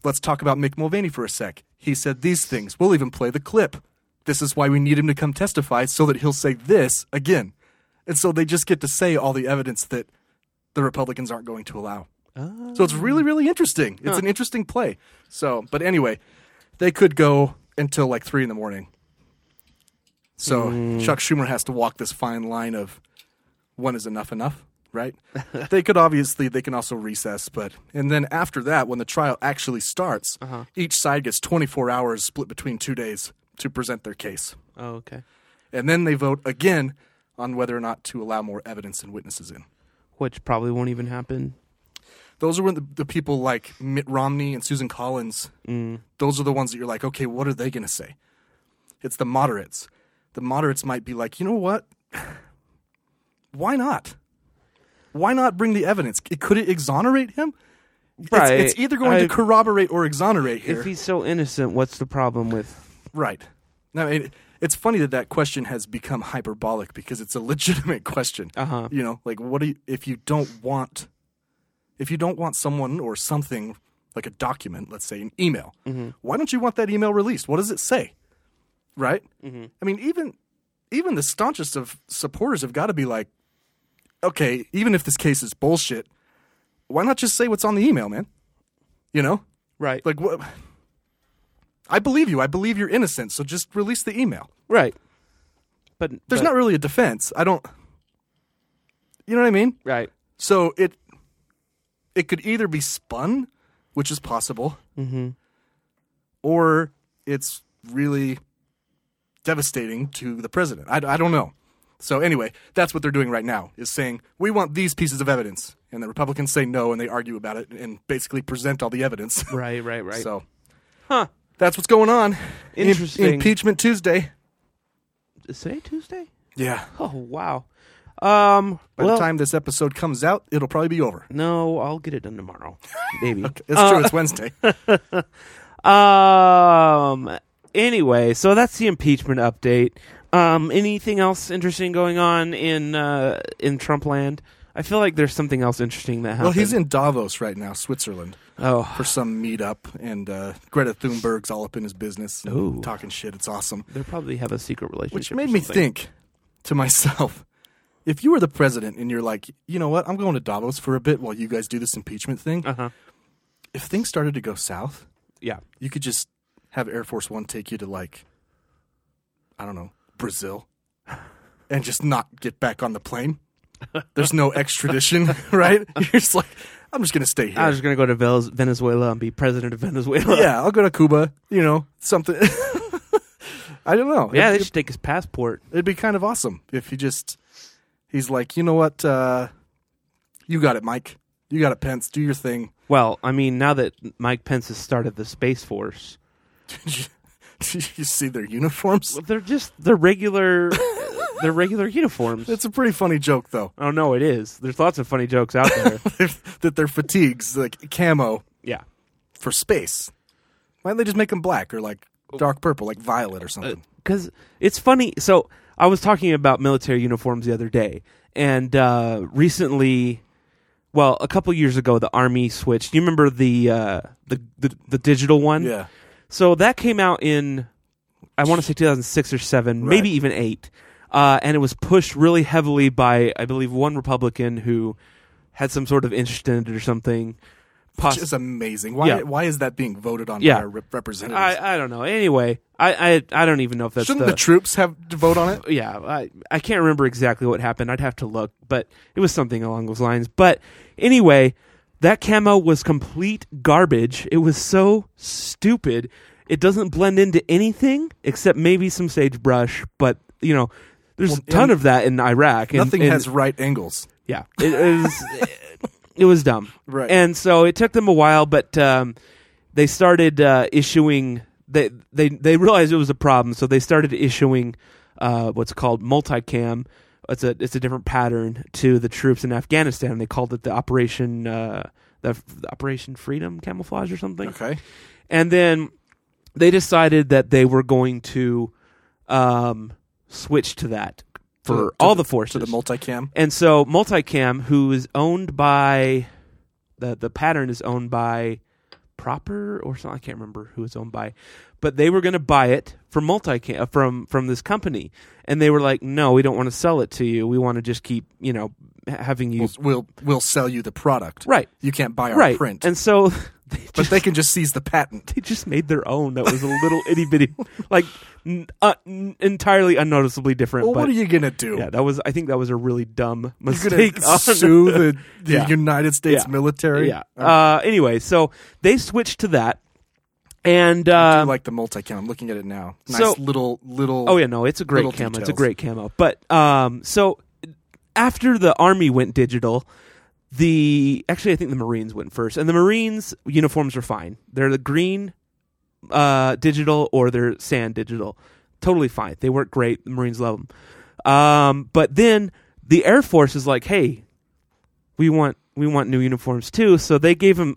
let's talk about Mick Mulvaney for a sec. He said these things. We'll even play the clip. This is why we need him to come testify so that he'll say this again. And so they just get to say all the evidence that the Republicans aren't going to allow. So it's really, really interesting. It's an interesting play. So, but anyway, they could go until like three in the morning. So Chuck Schumer has to walk this fine line of when is enough enough, right? they could obviously they can also recess, but and then after that, when the trial actually starts, each side gets 24 hours split between two days to present their case, Oh, okay. and then they vote again on whether or not to allow more evidence and witnesses in. Which probably won't even happen. Those are when the, the people like Mitt Romney and Susan Collins. Mm. Those are the ones that you're like, okay, what are they going to say? It's the moderates. The moderates might be like, you know what? Why not? Why not bring the evidence? C- Could it exonerate him? It's- Right. It's, either going I- to corroborate or exonerate here. If he's so innocent, what's the problem with? Right. Now, it, it's funny that that question has become hyperbolic because it's a legitimate question. Uh-huh. You know, like what do you, if you don't want if you don't want someone or something like a document, let's say an email, why don't you want that email released? What does it say? Right? I mean, even even the staunchest of supporters have got to be like, okay, even if this case is bullshit, why not just say what's on the email, man? You know? Right. Like what? I believe you. I believe you're innocent. So just release the email. right. But There's but- not really a defense. I don't. You know what I mean? right. So it it could either be spun, which is possible, or it's really devastating to the president. I, I don't know. So anyway, that's what they're doing right now is saying we want these pieces of evidence, and the Republicans say no, and they argue about it and basically present all the evidence. Right. Right. Right. So, Huh. That's what's going on. Im- Interesting. impeachment Tuesday. Say Tuesday. Yeah. Oh wow. Um. By well, the time this episode comes out, it'll probably be over. no, I'll get it done tomorrow. Maybe. It's true. It's Wednesday. Um. Anyway, so that's the impeachment update. Um. Anything else interesting going on in uh in Trump land? I feel like there's something else interesting that happened. Well, he's in Davos right now, Switzerland, Oh, for some meetup, and uh, Greta Thunberg's all up in his business, and Ooh. talking shit. It's awesome. they probably have a secret relationship. Which or made me something. think to myself, if you were the president and you're like, you know what, I'm going to Davos for a bit while you guys do this impeachment thing. Uh-huh. If things started to go south, Yeah. you could just have Air Force One take you to like, I don't know, Brazil, and just not get back on the plane. There's no extradition, right? You're just like, I'm just gonna stay here. I was going to go to Vel- Venezuela and be president of Venezuela. yeah, I'll go to Cuba. You know, something. I don't know. Yeah, It'd- they should take his passport. It'd be kind of awesome if he just he's like, you know what, uh, you got it, Mike. You got it, Pence. Do your thing. Well, I mean, now that Mike Pence has started the Space Force, Did you see their uniforms? they're just they're regular they're regular uniforms. It's a pretty funny joke, though, oh no, it is. There's lots of funny jokes out there. that their fatigues like camo yeah. for space. Why don't they just make them black or like dark purple, like violet or something? because it's funny. So I was talking about military uniforms the other day, and uh, recently, well, a couple years ago, the army switched. You remember the uh, the, the the digital one? yeah, So that came out in, I want to say 2006 or seven, maybe even eight, uh, and it was pushed really heavily by I believe one Republican who had some sort of interest in it or something. uh, Poss- which is amazing. Why? Yeah. Why is that being voted on Yeah. by our rep- representatives? I, I don't know. Anyway, I, I I don't even know if that's Shouldn't the, the troops have to vote on it? yeah, I, I can't remember exactly what happened. I'd have to look, but it was something along those lines. But anyway, that camo was complete garbage. It was so stupid. It doesn't blend into anything except maybe some sagebrush, but you know, there's a ton of that in Iraq. and- Nothing and- has right angles. yeah, it, it was it was dumb. Right. And so it took them a while, but um, they started uh, issuing. They they they realized it was a problem, so they started issuing uh, what's called multicam. It's a it's a different pattern to the troops in Afghanistan. They called it the Operation uh, the, the Operation Freedom camouflage or something. Okay, And then they decided that they were going to um, switch to that for To- to all the- the forces to the multicam. and so Multicam, who is owned by the the pattern is owned by Proper or something, I can't remember who it's owned by, but they were going to buy it from Multicam uh, from from this company, and they were like, "No, we don't want to sell it to you. We want to just keep you know ha- having you We'll, we'll we'll sell you the product. Right. You can't buy our right." print. And so they just, but they can just seize the patent. they just made their own. That was a little itty bitty, like n- uh, n- entirely unnoticeably different. Well, but what are you gonna do? yeah, that was. I think that was a really dumb You're gonna mistake. on- sue the, the Yeah. United States Yeah. military? Yeah. Uh, anyway, so they switched to that, and uh, I like the multicam. I'm looking at it now. Nice so- little little. oh yeah, no, it's a great little camo. It's a details. great camo. But um, so after the army went digital, the actually I think the Marines went first, and the Marines uniforms are fine. They're the green uh, digital or they're sand digital. Totally fine. They work great. The Marines love them. Um, but then the Air Force is like, hey, we want we want new uniforms too. So they gave them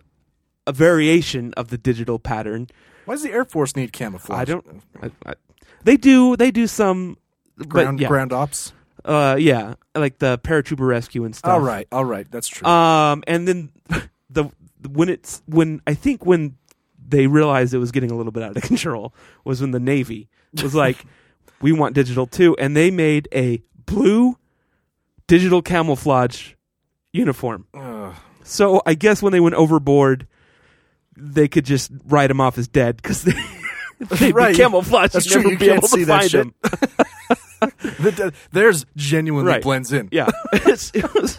a variation of the digital pattern. Why does the Air Force need camouflage? Uh, I don't. I, I, they do. They do some. Ground but yeah, ground ops. Uh, yeah, like the paratrooper rescue and stuff. All right, all right, that's true. Um, and then the when it's when I think when they realized it was getting a little bit out of control was when the Navy was like, "We want digital too," and they made a blue digital camouflage uniform. So I guess when they went overboard, they could just write him off as dead because they. They'd Right. be camouflaged. That's You'd true. never You be can't able see to that find shit. him. The- the- theirs genuinely Right. blends in. Yeah. It's- it was-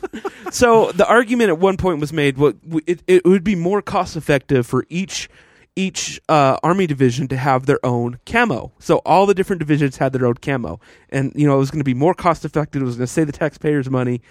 so the argument at one point was made: what w- it, it would be more cost effective for each each uh, army division to have their own camo. So all the different divisions had their own camo, and you know it was going to be more cost effective. It was going to save the taxpayers money.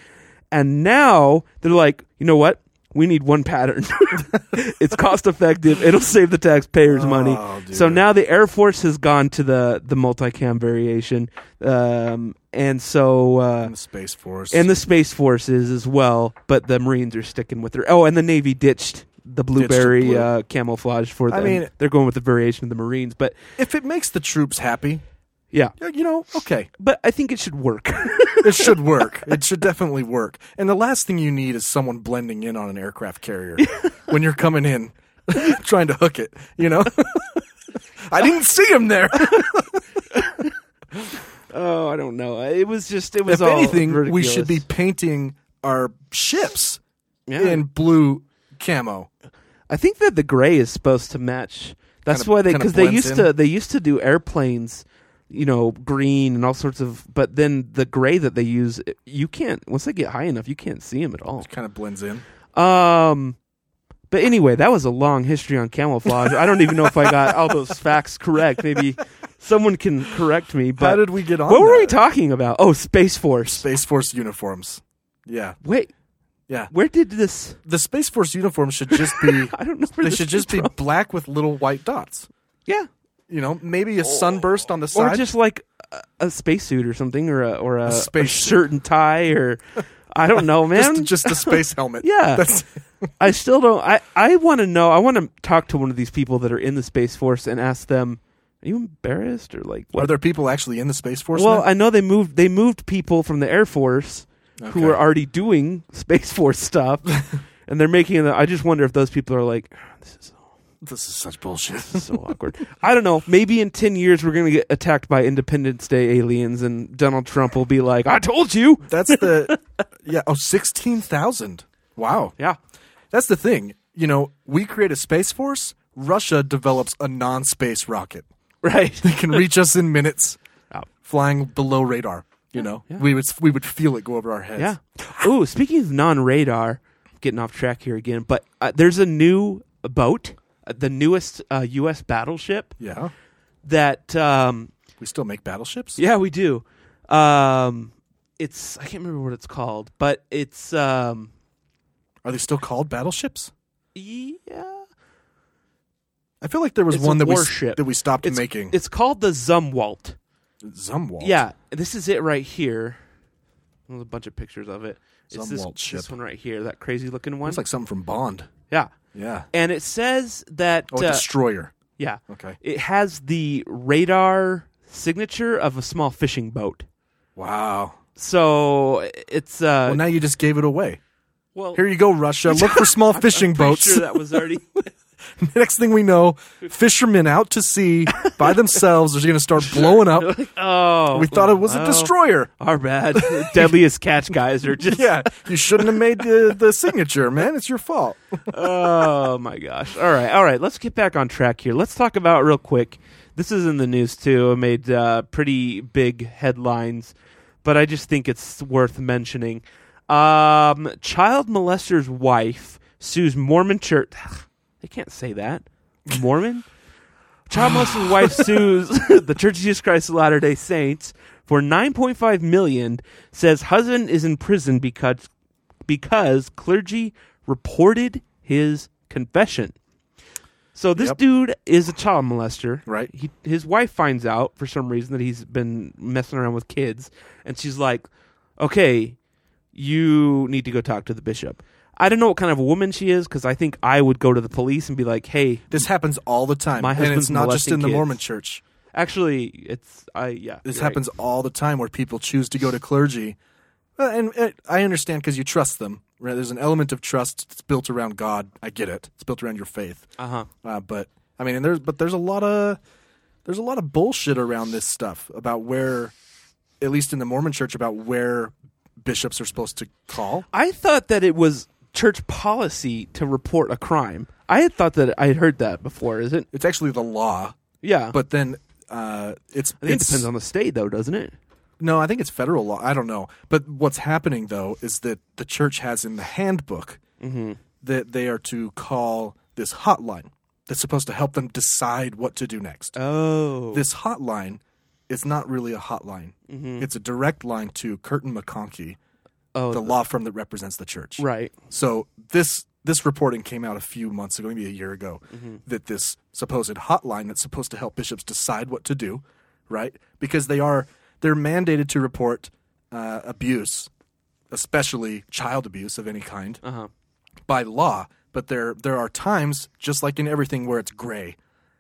And now they're like, you know what? We need one pattern. it's cost effective. It'll save the taxpayers Oh, money. So now the Air Force has gone to the the multicam variation, um, and so uh, And the Space Force. and the Space Forces as well, but the Marines are sticking with their. Oh, and the Navy ditched the blueberry blue. Uh, camouflage for I them. mean- they're going with the variation of the Marines, but if it makes the troops happy, uh, yeah, you know, okay. but I think it should work. it should work. It should definitely work. And the last thing you need is someone blending in on an aircraft carrier when you're coming in trying to hook it, you know? I didn't see him there. oh, I don't know. It was just it was If all anything, we ridiculous. should be painting our ships Yeah. in blue camo. I think that the gray is supposed to match. That's Kinda- why they kinda because they blends used in. to they used to do airplanes, you know, green and all sorts of. But then the gray that they use, you can't once they get high enough, you can't see them at all. Kind of blends in. Um, but anyway, that was a long history on camouflage. I don't even know if I got all those facts correct. Maybe someone can correct me. But How did we get on? what were we that? talking about? Oh, Space Force. Space Force uniforms. Yeah, Wait, yeah. where did this? The Space Force uniforms should just be. I don't know. Where they this should just came be from. black with little white dots. yeah, You know, maybe a sunburst on the Oh. or side. just like a, a spacesuit or something, or a or a, a spacesuit. shirt and tie, or I don't know, man. just, just a space helmet. Yeah. That's, I still don't. I, I want to know. I want to talk to one of these people that are in the Space Force and ask them, "Are you embarrassed or like are what?" there people actually in the Space Force? well, now? I know they moved. They moved people from the Air Force who Okay. were already doing Space Force stuff, and they're making. The, I just wonder if those people are like, "This is this is such bullshit. so awkward." I don't know. Maybe in ten years we're gonna get attacked by Independence Day aliens, and Donald Trump will be like, "I told you." That's the yeah. Oh, sixteen thousand. Wow. Yeah. That's the thing. You know, we create a space force. Russia develops a non-space rocket. Right. They can reach us in minutes, Wow. flying below radar. You know, we would we would feel it go over our heads. Yeah. Ooh, speaking of non-radar, getting off track here again, but uh, there's a new boat, uh, the newest uh, U.S. battleship Yeah. that. Um, We still make battleships. yeah, we do. Um, it's I can't remember what it's called, but it's um, Are they still called battleships? yeah, I feel like there was It's one a that we warship. that we stopped it's making. It's called the Zumwalt. Zumwalt. Yeah, this is it right here. There's a bunch of pictures of it. It's this, Zumwalt ship. this one right here, that crazy looking one. It's like something from Bond. yeah, Yeah. and it says that Oh, a uh, destroyer. Yeah. Okay. It has the radar signature of a small fishing boat. Wow. uh, So it's uh Well, now you just gave it away. well, Here you go, Russia. Look for small fishing pretty boats. Sure that was already Next thing we know, fishermen out to sea by themselves are going to start blowing up. Oh. We thought it was a well, destroyer. Our bad. Deadliest catch guys are just Yeah, you shouldn't have made the, the signature, man. It's your fault. Oh my gosh. All right. All right, let's get back on track here. Let's talk about real quick. This is in the news too. It made uh, pretty big headlines, but I just think it's worth mentioning. Um, child molester's wife sues Mormon church. They can't say that. Mormon? Child molester's wife sues the Church of Jesus Christ of Latter-day Saints for 9.5 million says husband is in prison because because clergy reported his confession. So this Yep. dude is a child molester. Right. He, his wife finds out for some reason that he's been messing around with kids and she's like, "Okay, you need to go talk to the bishop." I don't know what kind of a woman she is because I think I would go to the police and be like, "Hey, This happens all the time, My and it's husband's not just molesting in the kids. Mormon Church. Actually, it's I yeah. This you're right. happens all the time where people choose to go to clergy, Uh, and uh, I understand because you trust them. Right? There's an element of trust that's built around God. I get it. It's built around your faith. Uh-huh. Uh, but I mean, and there's but there's a lot of there's a lot of bullshit around this stuff about where, at least in the Mormon Church, about where bishops are supposed to call. I thought that it was church policy to report a crime. I had thought that I had heard that before. Is it? It's actually the law, Yeah, but then uh, it's Uh-huh. I think it it's- depends on the state, though, doesn't it? No, I think it's federal law. I don't know. But what's happening though is that the church has in the handbook Mm-hmm. that they are to call this hotline that's supposed to help them decide what to do next. Oh, This hotline is not really a hotline. It's a direct line to Curtin McConkie, Mm-hmm. oh, the law firm that represents the church. right. So this this reporting came out a few months ago, maybe a year ago, that this supposed hotline that's supposed to help bishops decide what to do, right? Because they are they're mandated to report uh, abuse, especially child abuse of any kind, Uh-huh. by law. But there there are times, just like in everything, where it's gray.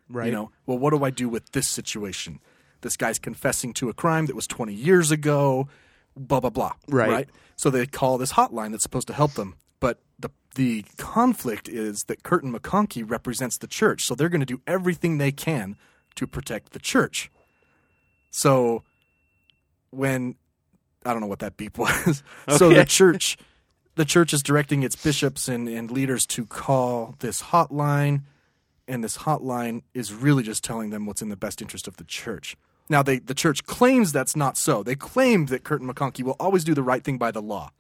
Right. You know, well, what do I do with this situation? This guy's confessing to a crime that was 20 years ago, blah, blah, blah. Right. So they call this hotline that's supposed to help them. But the, the conflict is that Curtin McConkie represents the church. So they're going to do everything they can to protect the church. So when I don't know what that beep was. So Okay. the church the church is directing its bishops and, and leaders to call this hotline and this hotline is really just telling them what's in the best interest of the church. Now they the church claims that's not so. They claim that Curtin McConkie will always do the right thing by the law,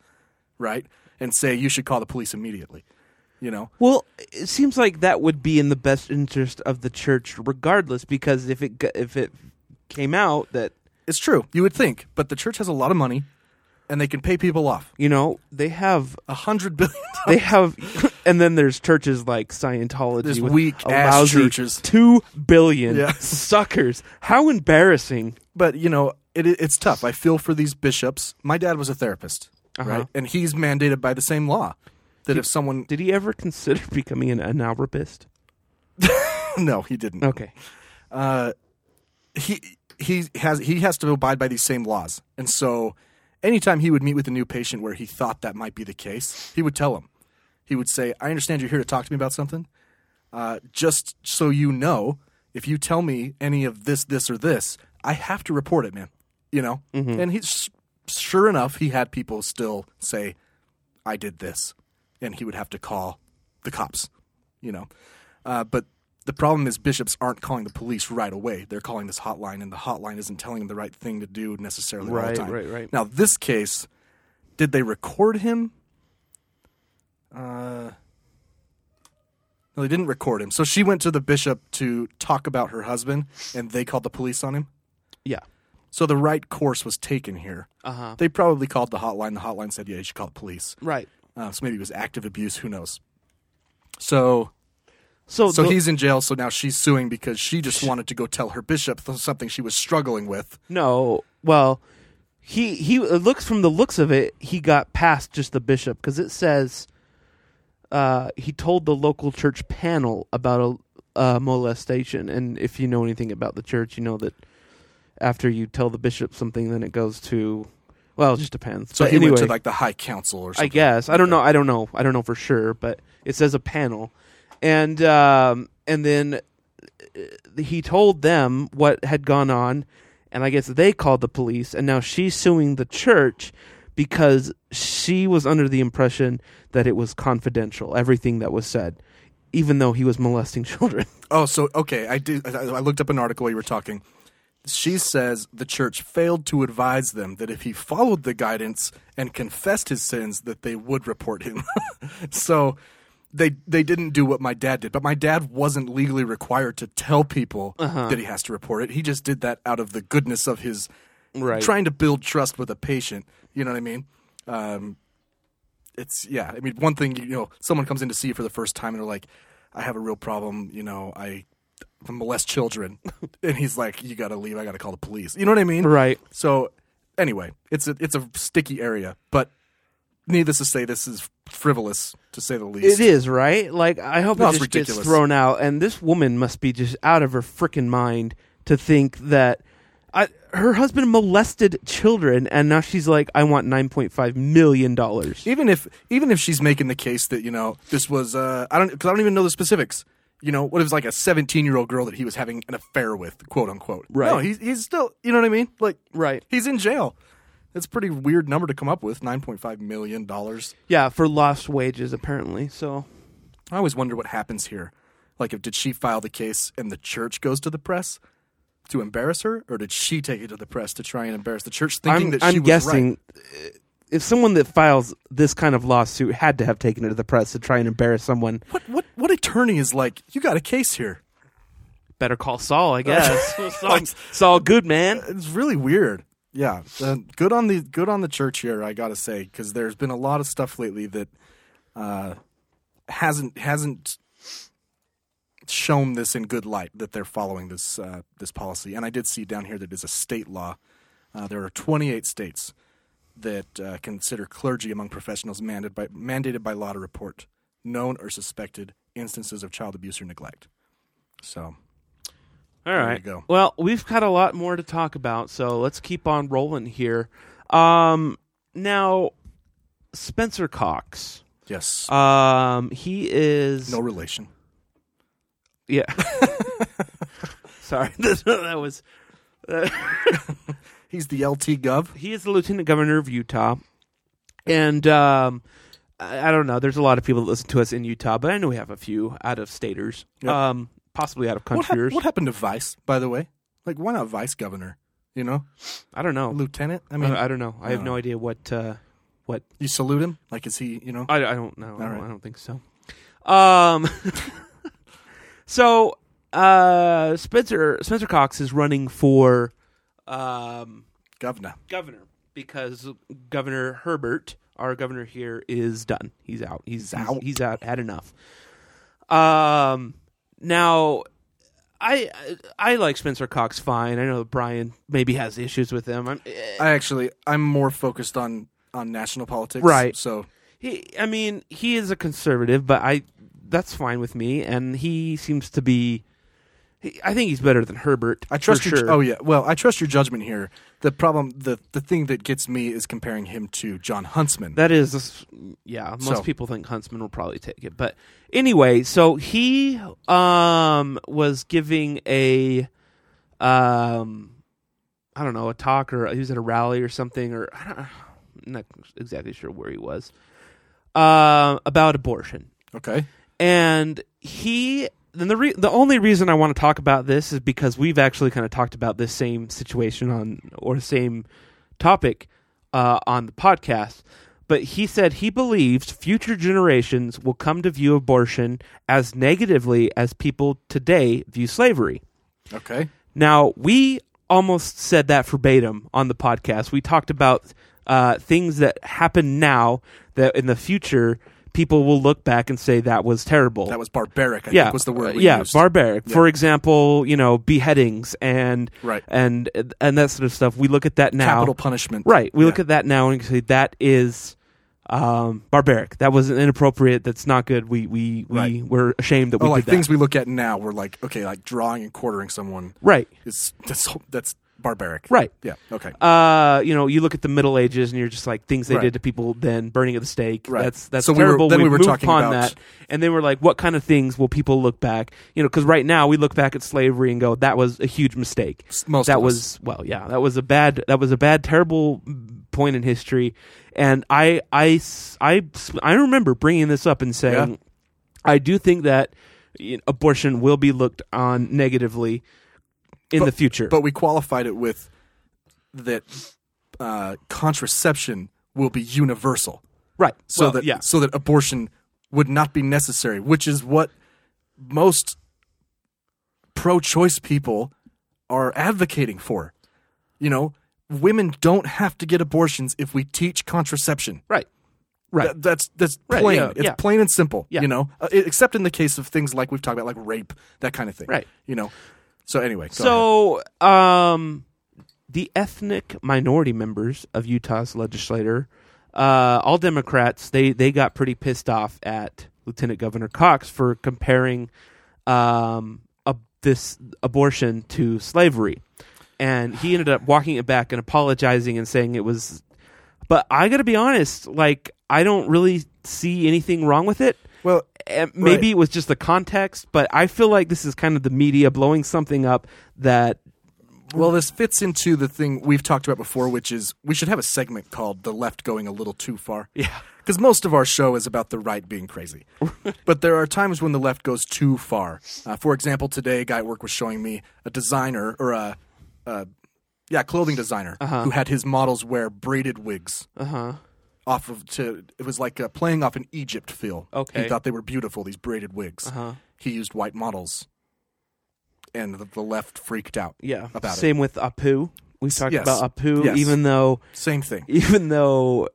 right? and say you should call the police immediately. You know, Well, it seems like that would be in the best interest of the church, regardless, because if it g- if it came out that it's true. You would think, but the church has a lot of money, and they can pay people off you know they have a hundred billion. they have, and then there's churches like Scientology There's with a weak-ass lousy churches. two billion Yeah. suckers. How embarrassing! but you know, it, it's tough. I feel for these bishops. My dad was a therapist, right, and he's mandated by the same law that if someone Did Uh-huh. he ever consider becoming an anarchist? no, he didn't. Okay, he he has he has to abide by these same laws, and so anytime he would meet with a new patient where he thought that might be the case, he would tell him. He would say, "I understand you're here to talk to me about something. Uh, just so you know, if you tell me any of this, this, or this, I have to report it, man. You know." Mm-hmm. And he's sure enough, he had people still say, "I did this," and he would have to call the cops. You know, uh, but the problem is bishops aren't calling the police right away. They're calling this hotline, and the hotline isn't telling them the right thing to do necessarily all Right, the time. right, right. Now, this case, did they record him? Uh, no, they didn't record him. So she went to the bishop to talk about her husband, and they called the police on him. yeah, So the right course was taken here. Uh-huh. They probably called the hotline. The hotline said, "Yeah, you should call the police." right. Uh, so maybe it was active abuse. Who knows? So So so Oh, the- he's in jail. So now she's suing because she just wanted to go tell her bishop th- something she was struggling with. No, well, he he it looks from the looks of it, he got past just the bishop because it says uh, he told the local church panel about a uh, molestation, and if you know anything about the church, you know that after you tell the bishop something, then it goes to well, it just depends. So But he anyway, went to like the high council or I something. guess I don't know. I don't know. I don't know for sure, but it says a panel, and um, and then uh, he told them what had gone on, and I guess they called the police, and now she's suing the church because she was under the impression that it was confidential everything that was said, even though he was molesting children. Oh, so okay, I did. I I looked up an article while you were talking. She says the church failed to advise them that if he followed the guidance and confessed his sins, that they would report him. so they they didn't do what my dad did, but my dad wasn't legally required to tell people that he has to report it. He just did that out of the goodness of his Right. trying to build trust with a patient. You know what I mean? Um, it's yeah. I mean, one thing you know, someone comes in to see you for the first time and they're like, "I have a real problem. You know, I molest children," and he's like, "You got to leave. I got to call the police." You know what I mean? Right. So anyway, it's a it's a sticky area, but needless to say, this is frivolous to say the least. It is right. Like I hope No, it it's just ridiculous. gets thrown out. And this woman must be just out of her freaking mind to think that I, her husband molested children, and now she's like, I want nine point five million dollars. even if even if she's making the case that you know this was uh, I don't because I don't even know the specifics. You know what if it's like a seventeen year old girl that he was having an affair with, quote unquote. Right. No, he's he's still you know what I mean. Like Right. he's in jail. That's a pretty weird number to come up with nine point five million dollars. Yeah, for lost wages apparently. So I always wonder what happens here. Like, if did she file the case and the church goes to the press to embarrass her, or did she take it to the press to try and embarrass the church, thinking I'm, that I'm she guessing. was right? uh, If someone that files this kind of lawsuit had to have taken it to the press to try and embarrass someone, What what what attorney is like? You got a case here. better call Saul, I guess. Saul, Saul Goodman. it's really weird. Yeah, uh, good on the good on the church here. I gotta say because there's been a lot of stuff lately that uh, hasn't hasn't shown this in good light that they're following this uh, this policy. And I did see down here that it is a state law. Uh, there are 28 states that uh, consider clergy among professionals mandated by mandated by law to report known or suspected instances of child abuse or neglect. So All There right. you go. Well, we've got a lot more to talk about, so let's keep on rolling here. Um, now, Spencer Cox. yes, Um, he is no relation. yeah. Sorry, that was He's the LT Gov. he is the lieutenant governor of Utah, and um, I, I don't know. There's a lot of people that listen to us in Utah, but I know we have a few out of staters, Yep. um, possibly out of What, hap- countryers. what happened to Vice, by the way? Like, why not Vice Governor? You know, I don't know. Lieutenant. I Uh, I, mean, I don't know. I have no idea what uh, what You salute him? Like, is he, you know? I, I don't know. I, don't, right. I don't think so. Um, so uh, Spencer Spencer Cox is running for um, Governor. governor because Governor Herbert, our governor here, is done. He's out. He's out. out. He's out. Had enough. Um. Now, I I I like Spencer Cox fine. I know Brian maybe has issues with him. I'm, I actually, I'm more focused on on national politics. Right. So He, I mean, he is a conservative, but I that's fine with me. And he seems to be. he- I think he's better than Herbert. I trust for your. Sure. Oh yeah. Well, I trust your judgment here. The problem, the the thing that gets me is comparing him to John Huntsman. That is, yeah. Most So- people think Huntsman will probably take it, but anyway. So he um was giving a um I don't know a talk or he was at a rally or something or I don't, I'm not exactly sure where he was uh, about abortion okay. and he then the re- the only reason I want to talk about this is because we've actually kind of talked about this same situation on or same topic uh, on the podcast. But he said he believes future generations will come to view abortion as negatively as people today view slavery. Okay. Now, we almost said that verbatim on the podcast. We talked about uh, things that happen now that in the future people will look back and say that was terrible. That was barbaric. I yeah, think was the word. uh, we yeah, used. barbaric. For example, you know, beheadings and Right. and and that sort of stuff. We look at that now. Capital punishment. Right. We look Yeah. at that now and say that is um, barbaric. That was inappropriate. That's not good. We we we Right. we're ashamed that we Oh, like did that. things we look at now. We're like, okay, like drawing and quartering someone. right. Is that's that's barbaric. Right. Yeah. Okay. uh, you know, you look at the Middle Ages and you're just like things they Right. did to people then, burning at the stake. Right. That's that's So we were- terrible. then we were moved talking upon about- that, and then we're like, what kind of things will people look back? You know, because right now we look back at slavery and go, that was a huge mistake. most of that us. was well, yeah, that was a bad, that was a bad, terrible point in history. And I, I, s- I, s- I remember bringing this up and saying, Yeah. I do think that you know, abortion will be looked on negatively in the future. but we qualified it with that uh, contraception will be universal. right. so Well, that yeah. so that abortion would not be necessary, which is what most pro-choice people are advocating for. You know, women don't have to get abortions if we teach contraception. Right. Right. That- that's that's Right, plain. yeah, it's yeah. plain and simple. Yeah. You know, uh, it- except in the case of things like we've talked about, like rape, that kind of thing. Right. You know. So anyway, go ahead. so, um, the ethnic minority members of Utah's legislature, uh, all Democrats, they they got pretty pissed off at Lieutenant Governor Cox for comparing um, ab- this abortion to slavery, and he ended up walking it back and apologizing and saying it was. But I got to be honest, like I don't really see anything wrong with it. well, And Eh, maybe it was just the context, but I feel like this is kind of the media blowing something up that Well, this fits into the thing we've talked about before, which is we should have a segment called "The Left Going a Little Too Far." Yeah. because most of our show is about the right being crazy, but there are times when the left goes too far. Uh, for example, today a guy at work was showing me a designer or a, a yeah, clothing designer Uh-huh. who had his models wear braided wigs. Uh huh. Off of to it was like uh, playing off an Egypt feel. Okay. he thought they were beautiful these braided wigs. Uh-huh. He used white models, and the, the left freaked out. yeah. about it. Same with Apu. We talked yes. about Apu, Yes. even though Same thing. even though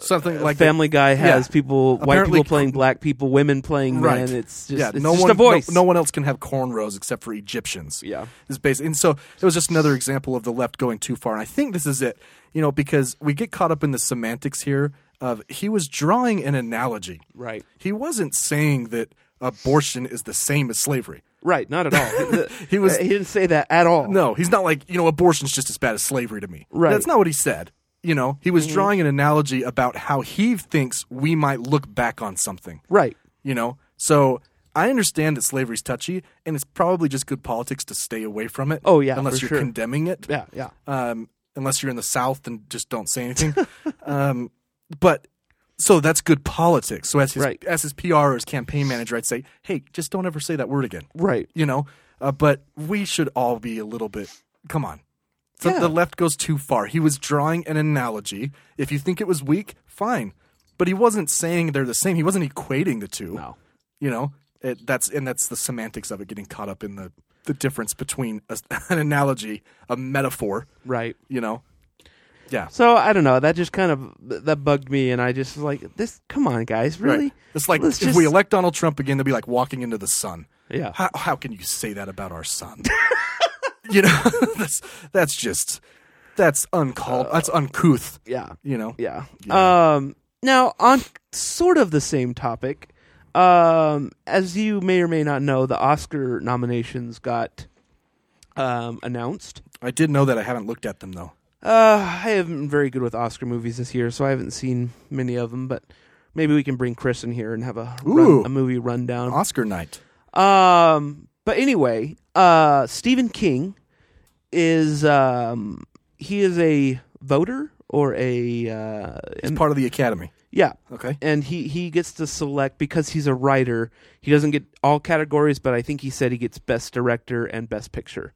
Something like that. Family Guy has yeah. people, white Apparently- people playing black people, women playing Right. men. It's just yeah, it's no just one, a voice. No, no one else can have cornrows except for Egyptians. Yeah. is basic. And so it was just another example of the left going too far. And I think this is it. You know, because we get caught up in the semantics here. Of he was drawing an analogy. Right. He wasn't saying that abortion is the same as slavery. Right, not at all. He was- he didn't say that at all. No, he's not like, you know, abortion's just as bad as slavery to me. Right. Mm-hmm. That's not what he said. You know, he was drawing an analogy about how he thinks we might look back on something. Right. You know? So I understand that slavery's touchy and it's probably just good politics to stay away from it. Oh, yeah, Unless for you're sure. condemning it. Yeah, yeah. Um, unless you're in the South and just don't say anything. um, but so that's good politics. So as his Right. as his PR or his campaign manager, I'd say, hey, just don't ever say that word again Right. you know. Uh, but we should all be a little bit. Come on, So Yeah. the left goes too far. He was drawing an analogy. If you think it was weak, fine. But he wasn't saying they're the same. He wasn't equating the two. No. You know, it, that's and that's the semantics of it getting caught up in the the difference between a, an analogy, a metaphor. Right. You know. Yeah. So I don't know. That just kind of th- that bugged me, and I just was like, "This, come on, guys, really?" Right. It's like Let's if just- we elect Donald Trump again, they'll be like walking into the sun. Yeah. How, how can you say that about our son? you know, that's that's just that's uncalled. Uh, that's uncouth. yeah, You know. yeah, Yeah. Um, now on sort of the same topic, um, as you may or may not know, the Oscar nominations got um, announced. I did know that. I haven't looked at them though. Uh, I haven't been very good with Oscar movies this year, so I haven't seen many of them. But maybe we can bring Chris in here and have a run- Ooh. a movie rundown. Oscar night. Um, but anyway, uh, Stephen King is um, he is a voter or a uh, He's part of the Academy. yeah, Okay. and he he gets to select because he's a writer. He doesn't get all categories, but I think he said he gets best director and best picture.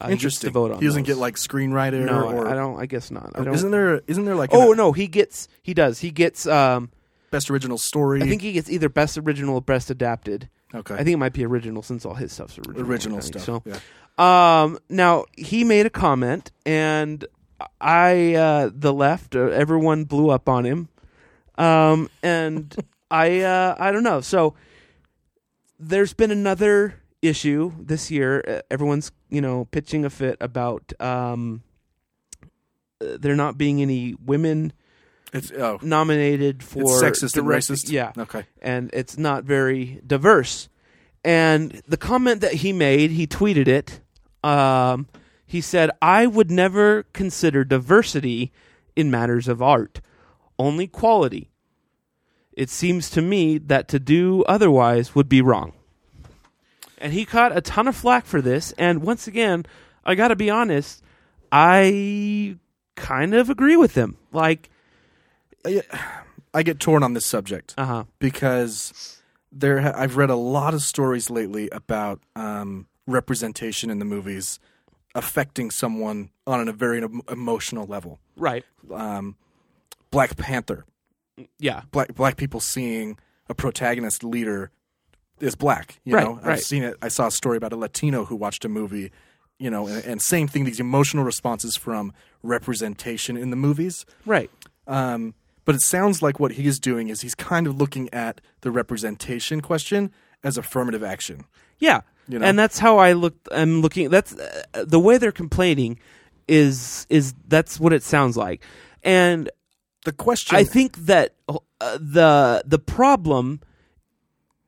Uh, he gets to Interesting. vote on he doesn't those. get like screenwriter no. or I don't. I guess not. I or don't. isn't there isn't there like Oh an- no, he gets. He does. He gets. Um, best original story? I think he gets either best original or best adapted. okay. I think it might be original since all his stuff's original. original I think. stuff. So, Yeah. Um, now he made a comment, and I, uh, the left, uh, everyone blew up on him. Um, and I, uh, I don't know. So there's been another issue this year. Uh, Everyone's, you know, pitching a fit about, um, uh, there not being any women It's oh. nominated for It's sexist and direct- racist. Yeah Okay. and it's not very diverse. And the comment that he made, he tweeted it. Um, he said, I would never consider diversity in matters of art, only quality. It seems to me that to do otherwise would be wrong. And he caught a ton of flack for this. And once again, I got to be honest, I kind of agree with him. Like, I get torn on this subject. uh huh. because there ha- I've read a lot of stories lately about um, representation in the movies affecting someone on a very em- emotional level. Right. Um, Black Panther, Yeah. black black people seeing a protagonist leader is black. You Right, know, I've right. seen it. I saw a story about a Latino who watched a movie. You know, and, and same thing. These emotional responses from representation in the movies. Right. Um, but it sounds like what he is doing is he's kind of looking at the representation question as affirmative action. Yeah, You know? and that's how I look. I'm looking. That's uh, the way they're complaining. Is is that's what it sounds like, and The question I think that uh, the the problem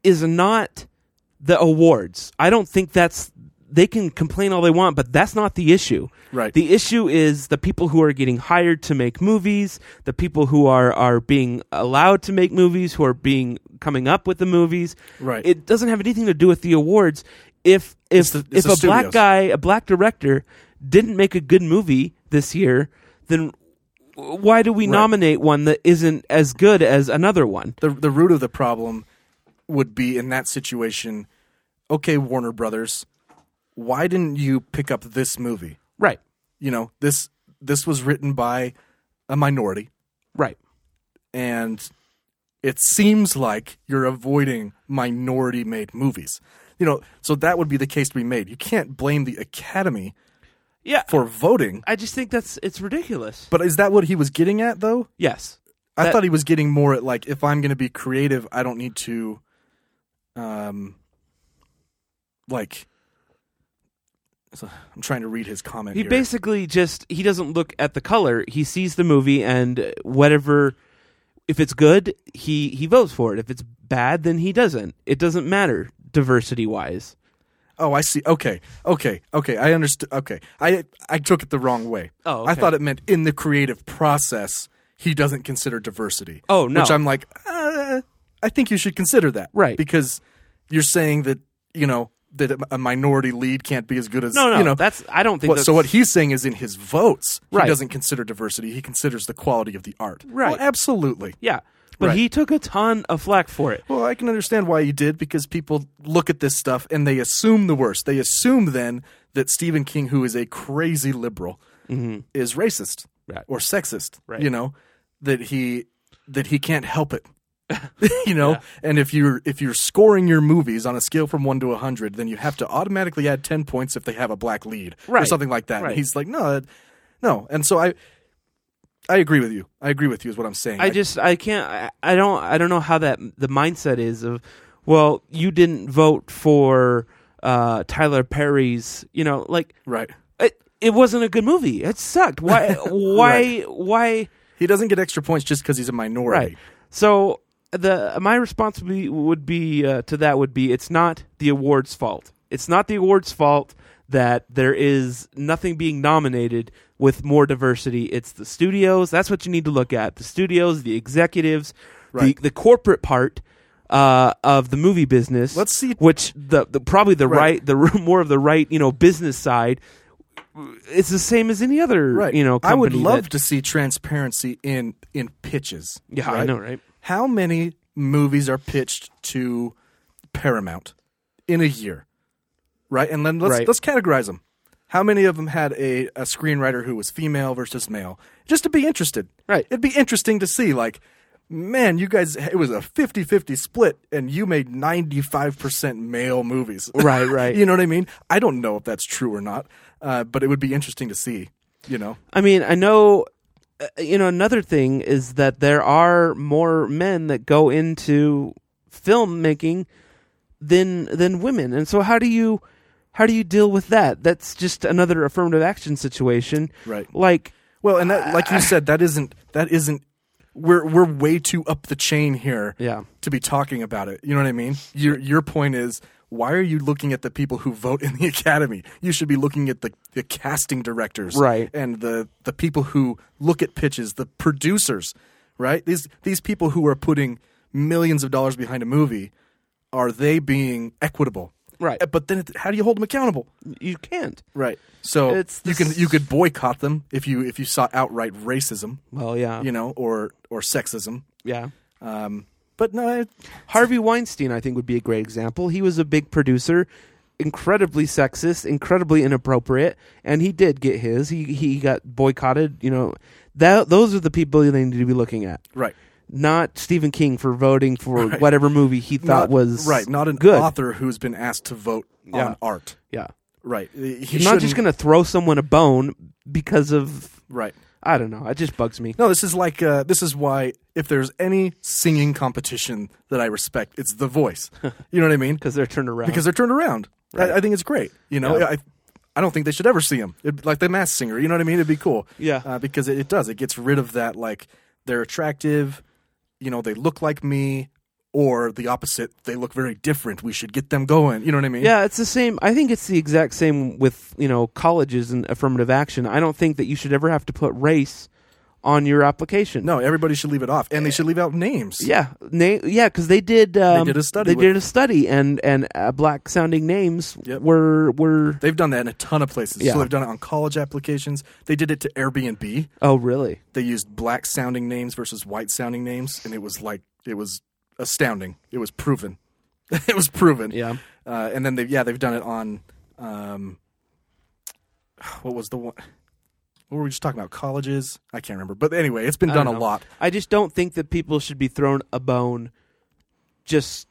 is not the awards. I don't think that's they can complain all they want, but that's not the issue. Right. The issue is the people who are getting hired to make movies, the people who are are being allowed to make movies, who are being coming up with the movies. Right. It doesn't have anything to do with the awards. If if the- it's if the a black studios. guy, a black director, didn't make a good movie this year, then why do we nominate one that isn't as good as another one? the the root of the problem would be in that situation. Okay, Warner Brothers, why didn't you pick up this movie? Right. You know this this was written by a minority, Right. and it seems like you're avoiding minority made movies. You know, so that would be the case to be made. You can't blame the Academy Yeah. for voting I just think that's it's ridiculous. But is that what he was getting at though? yes. I That- thought he was getting more at like if I'm going to be creative, I don't need to um like so I'm trying to read his comment He here. basically just he doesn't look at the color. He sees the movie and whatever if it's good, he he votes for it. If it's bad, then he doesn't. It doesn't matter diversity wise. oh, I see. Okay. Okay. Okay. I understood. Okay. I I took it the wrong way. Oh, I okay. thought it meant in the creative process he doesn't consider diversity. Oh, no. Which I'm like, uh, I think you should consider that. Right. Because you're saying that, you know, that a- a minority lead can't be as good as No, no, you know that's I don't think What- that's, so what he's saying is in his votes, Right. he doesn't consider diversity. He considers the quality of the art. Right. Well, absolutely. yeah, but Right. he took a ton of flack for it. Well, I can understand why he did because people look at this stuff and they assume the worst. They assume then that Stephen King, who is a crazy liberal, is racist Mm-hmm. Right. or sexist. Right. You know, that he that he can't help it. you know, and if you're if you're scoring your movies on a scale from one to hundred, then you have to automatically add ten points if they have a black lead or Right. something like that. Right. And he's like, no, it- no. And so I, I agree with you. I agree with you is what I'm saying. I just I can't I, I don't I don't know how that the mindset is of well you didn't vote for uh, Tyler Perry's you know like right. it, it wasn't a good movie it sucked why why why He doesn't get extra points just because he's a minority. right so the my response would be, would be uh, to that would be it's not the awards fault it's not the awards fault that there is nothing being nominated with more diversity it's the studios that's what you need to look at the studios the executives Right. the, the corporate part uh, of the movie business Let's see- which the, the probably the Right. right, the more of the right you know business side it's the same as any other Right. you know I would company love that- to see transparency in in pitches. Yeah, I know, right? How many movies are pitched to Paramount in a year? Right, and then let's Right. let's categorize them. How many of them had a, a screenwriter who was female versus male? Just to be interested. Right. It'd be interesting to see, like, man, you guys, it was a 50 50 split, and you made 95% male movies. Right, right. you know what I mean? I don't know if that's true or not, uh, but it would be interesting to see, you know? I mean, I know, uh, you know, another thing is that there are more men that go into filmmaking than than women, and so how do you how do you deal with that? That's just another affirmative action situation, Right. Like, Well, and that, like Uh, you said, that isn't that isn't we're we're way too up the chain here. Yeah. To be talking about it, you know what I mean. Your your point is, why are you looking at the people who vote in the academy? You should be looking at the, the casting directors, Right. and the the people who look at pitches, the producers, right? These these people who are putting millions of dollars behind a movie, are they being equitable? Right. But then, it, how do you hold them accountable? you can't. Right. So It's you can this- you could boycott them if you if you saw outright racism, Well, yeah, you know, or or sexism. yeah. Um, but no, I, Harvey Weinstein, I think, would be a great example. He was a big producer, incredibly sexist, incredibly inappropriate, and he did get his. He he got boycotted. You know, that those are the people they need to be looking at, right. not Stephen King for voting for whatever movie he Not- thought was right. Not an good. author who's been asked to vote Yeah. on art. Yeah, Right. He you're not just shouldn't- gonna throw someone a bone because of right. I don't know. It just bugs me. No, this is like uh, this is why if there's any singing competition that I respect, it's The Voice. You know what I mean? Because they're turned around. because they're turned around. I, I think it's great. You know, Yeah. I, I don't think they should ever see him. It'd, be like the mass singer, you know what I mean? It'd be cool. Yeah. Uh, because it, it does. It gets rid of that, like, they're attractive, you know, they look like me, or the opposite, they look very different. We should get them going. You know what I mean? Yeah, it's the same. I think it's the exact same with you know colleges and affirmative action. I don't think that you should ever have to put race on your application. No, everybody should leave it off, and they should leave out names. Yeah, na- yeah, because they did. Um, did a study They with- did a study, and and uh, black sounding names Yep. were were. They've done that in a ton of places. Yeah. So they've done it on college applications. They did it to Airbnb. Oh, really? They used black sounding names versus white sounding names, and it was like it was astounding. It was proven. it was proven. Yeah. uh, and then they yeah they've done it on um, what was the one what were we just talking about colleges I can't remember but anyway it's been I done a don't know. lot I just don't think that people should be thrown a bone. Just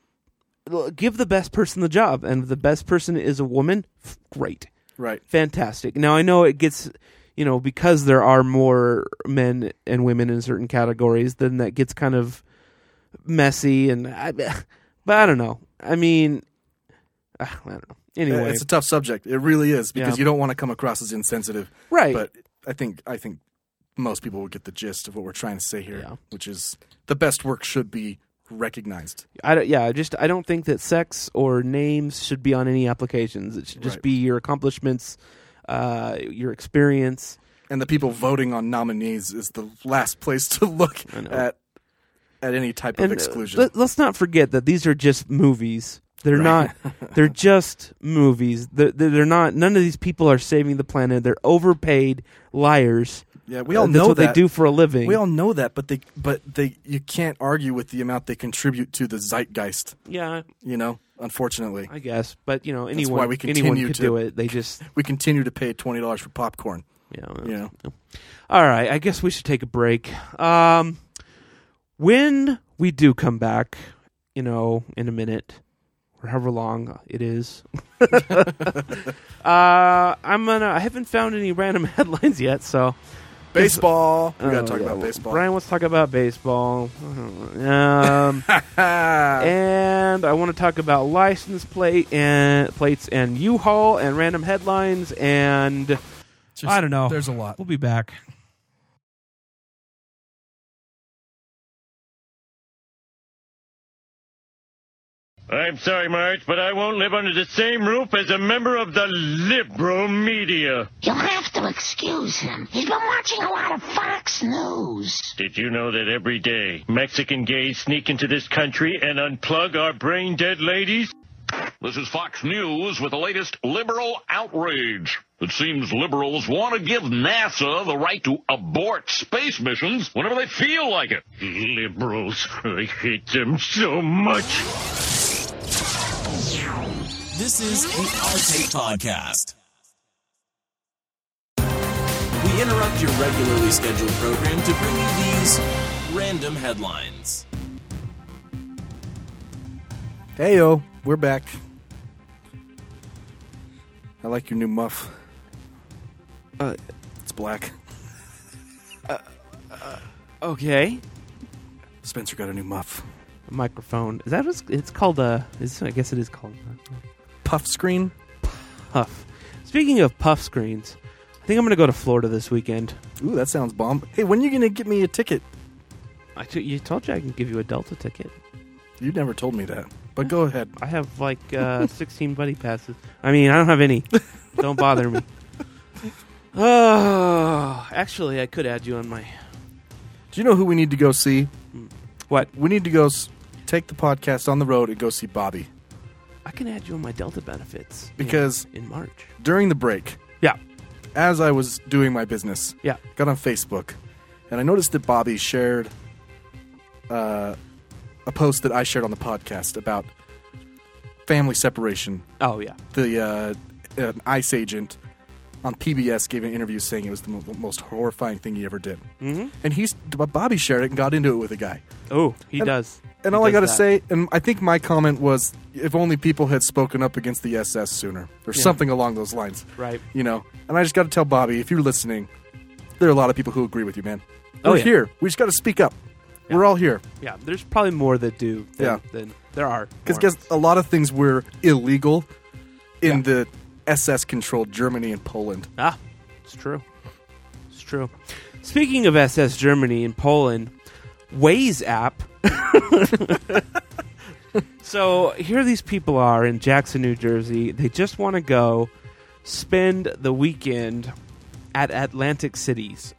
l- give the best person the job, and if the best person is a woman. f- Great. right fantastic. Now I know it gets, you know, because there are more men and women in certain categories, then that gets kind of messy and I, but I don't know. I mean, ah, I don't know. Yeah, Anyway, it's a tough subject it really is because Yeah. you don't want to come across as insensitive Right. but I think I think most people would get the gist of what we're trying to say here Yeah. which is the best work should be recognized I don't, yeah, I just I don't think that sex or names should be on any applications. It should just Right. be your accomplishments, uh, your experience. and the people voting on nominees is the last place to look know. at at any type of And, uh, exclusion Let, us not forget that these are just movies. They're not. They're just movies. They're, they're they're not. None of these people are saving the planet. They're overpaid liars. yeah we all Uh, that's know what that they do for a living. We all know that, but they but they you can't argue with the amount they contribute to the zeitgeist, yeah, you know, unfortunately. I guess. But you know, anyone why we anyone continue could to- do it. They just We continue to pay twenty dollars for popcorn. Yeah. Yeah. All right. I guess we should take a break. Um, when we do come back, you know, in a minute or however long it is, uh, I'm gonna. I haven't found any random headlines yet, so Baseball. We Oh, gotta talk yeah, about well, baseball. Brian wants to talk about baseball. Um, and I want to talk about license plate and plates and U-Haul and random headlines and I don't know. There's a lot. We'll be back. I'm sorry, Marge, but I won't live under the same roof as a member of the liberal media. You'll have to excuse him. He's been watching a lot of Fox News. Did you know that every day Mexican gays sneak into this country and unplug our brain dead ladies? This is Fox News with the latest liberal outrage. It seems liberals want to give NASA the right to abort space missions whenever they feel like it. Liberals, I hate them so much. This is the Our Take Podcast. We interrupt your regularly scheduled program to bring you these random headlines. Heyo, we're back. I like your new muff. Uh, it's black. Okay. Spencer got a new muff. Microphone. Is that what it's- it's called? A is I guess it is called a Puff screen. puff. Speaking of puff screens, I think I'm gonna go to Florida this weekend. Ooh, that sounds bomb. Hey, when you gonna get me a ticket? I t- you told you I can give you a Delta ticket. You never told me that. But go ahead. I have like uh, 16 buddy passes. I mean, I don't have any. Don't bother me. Oh, actually, I could add you on my Do you know who we need to go see? what? We need to go s- take the podcast on the road and go see Bobby I can add you on my Delta benefits in- because in March. during the break, Yeah, as I was doing my business, yeah. got on Facebook, and I noticed that Bobby shared uh, a post that I shared on the podcast about family separation. Oh, yeah. The uh, an ICE agent on PBS gave an interview saying it was the mo- most horrifying thing he ever did, mm-hmm. and he's but Bobby shared it and got into it with a guy. Oh, he And- does. And He all I does gotta that. say, and I think my comment was, if only people had spoken up against the SS sooner, or something along those lines. Right. You know. And I just gotta tell Bobby, if you're listening, there are a lot of people who agree with you, man. Oh, We're yeah. here. We just gotta speak up. We're all here. Yeah, there's probably more that do. Than, Yeah. than there are. Because more. guess a lot of things were illegal in the SS controlled Germany and Poland. Ah, it's true. It's true. Speaking of SS Germany and Poland, Waze app. so here these people are in Jackson, New Jersey. They just want to go spend the weekend at Atlantic Cities.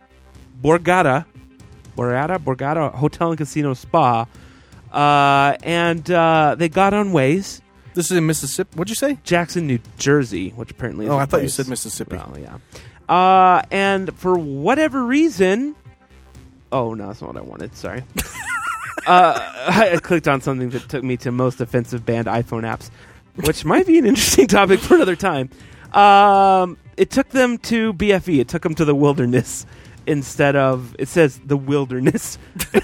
Borgata, Borgata, Borgata Hotel and Casino Spa. Uh, and uh, they got on Waze, This is in Mississippi. What'd you say? Jackson, New Jersey, which apparently is Oh, a I thought you place. said Mississippi. Well, yeah. Uh, and for whatever reason, oh no, that's not what I wanted. Sorry. uh, I clicked on something that took me to most offensive banned iPhone apps, which might be an interesting topic for another time. Um, it took them to BFE. It took them to the wilderness instead of it says the wilderness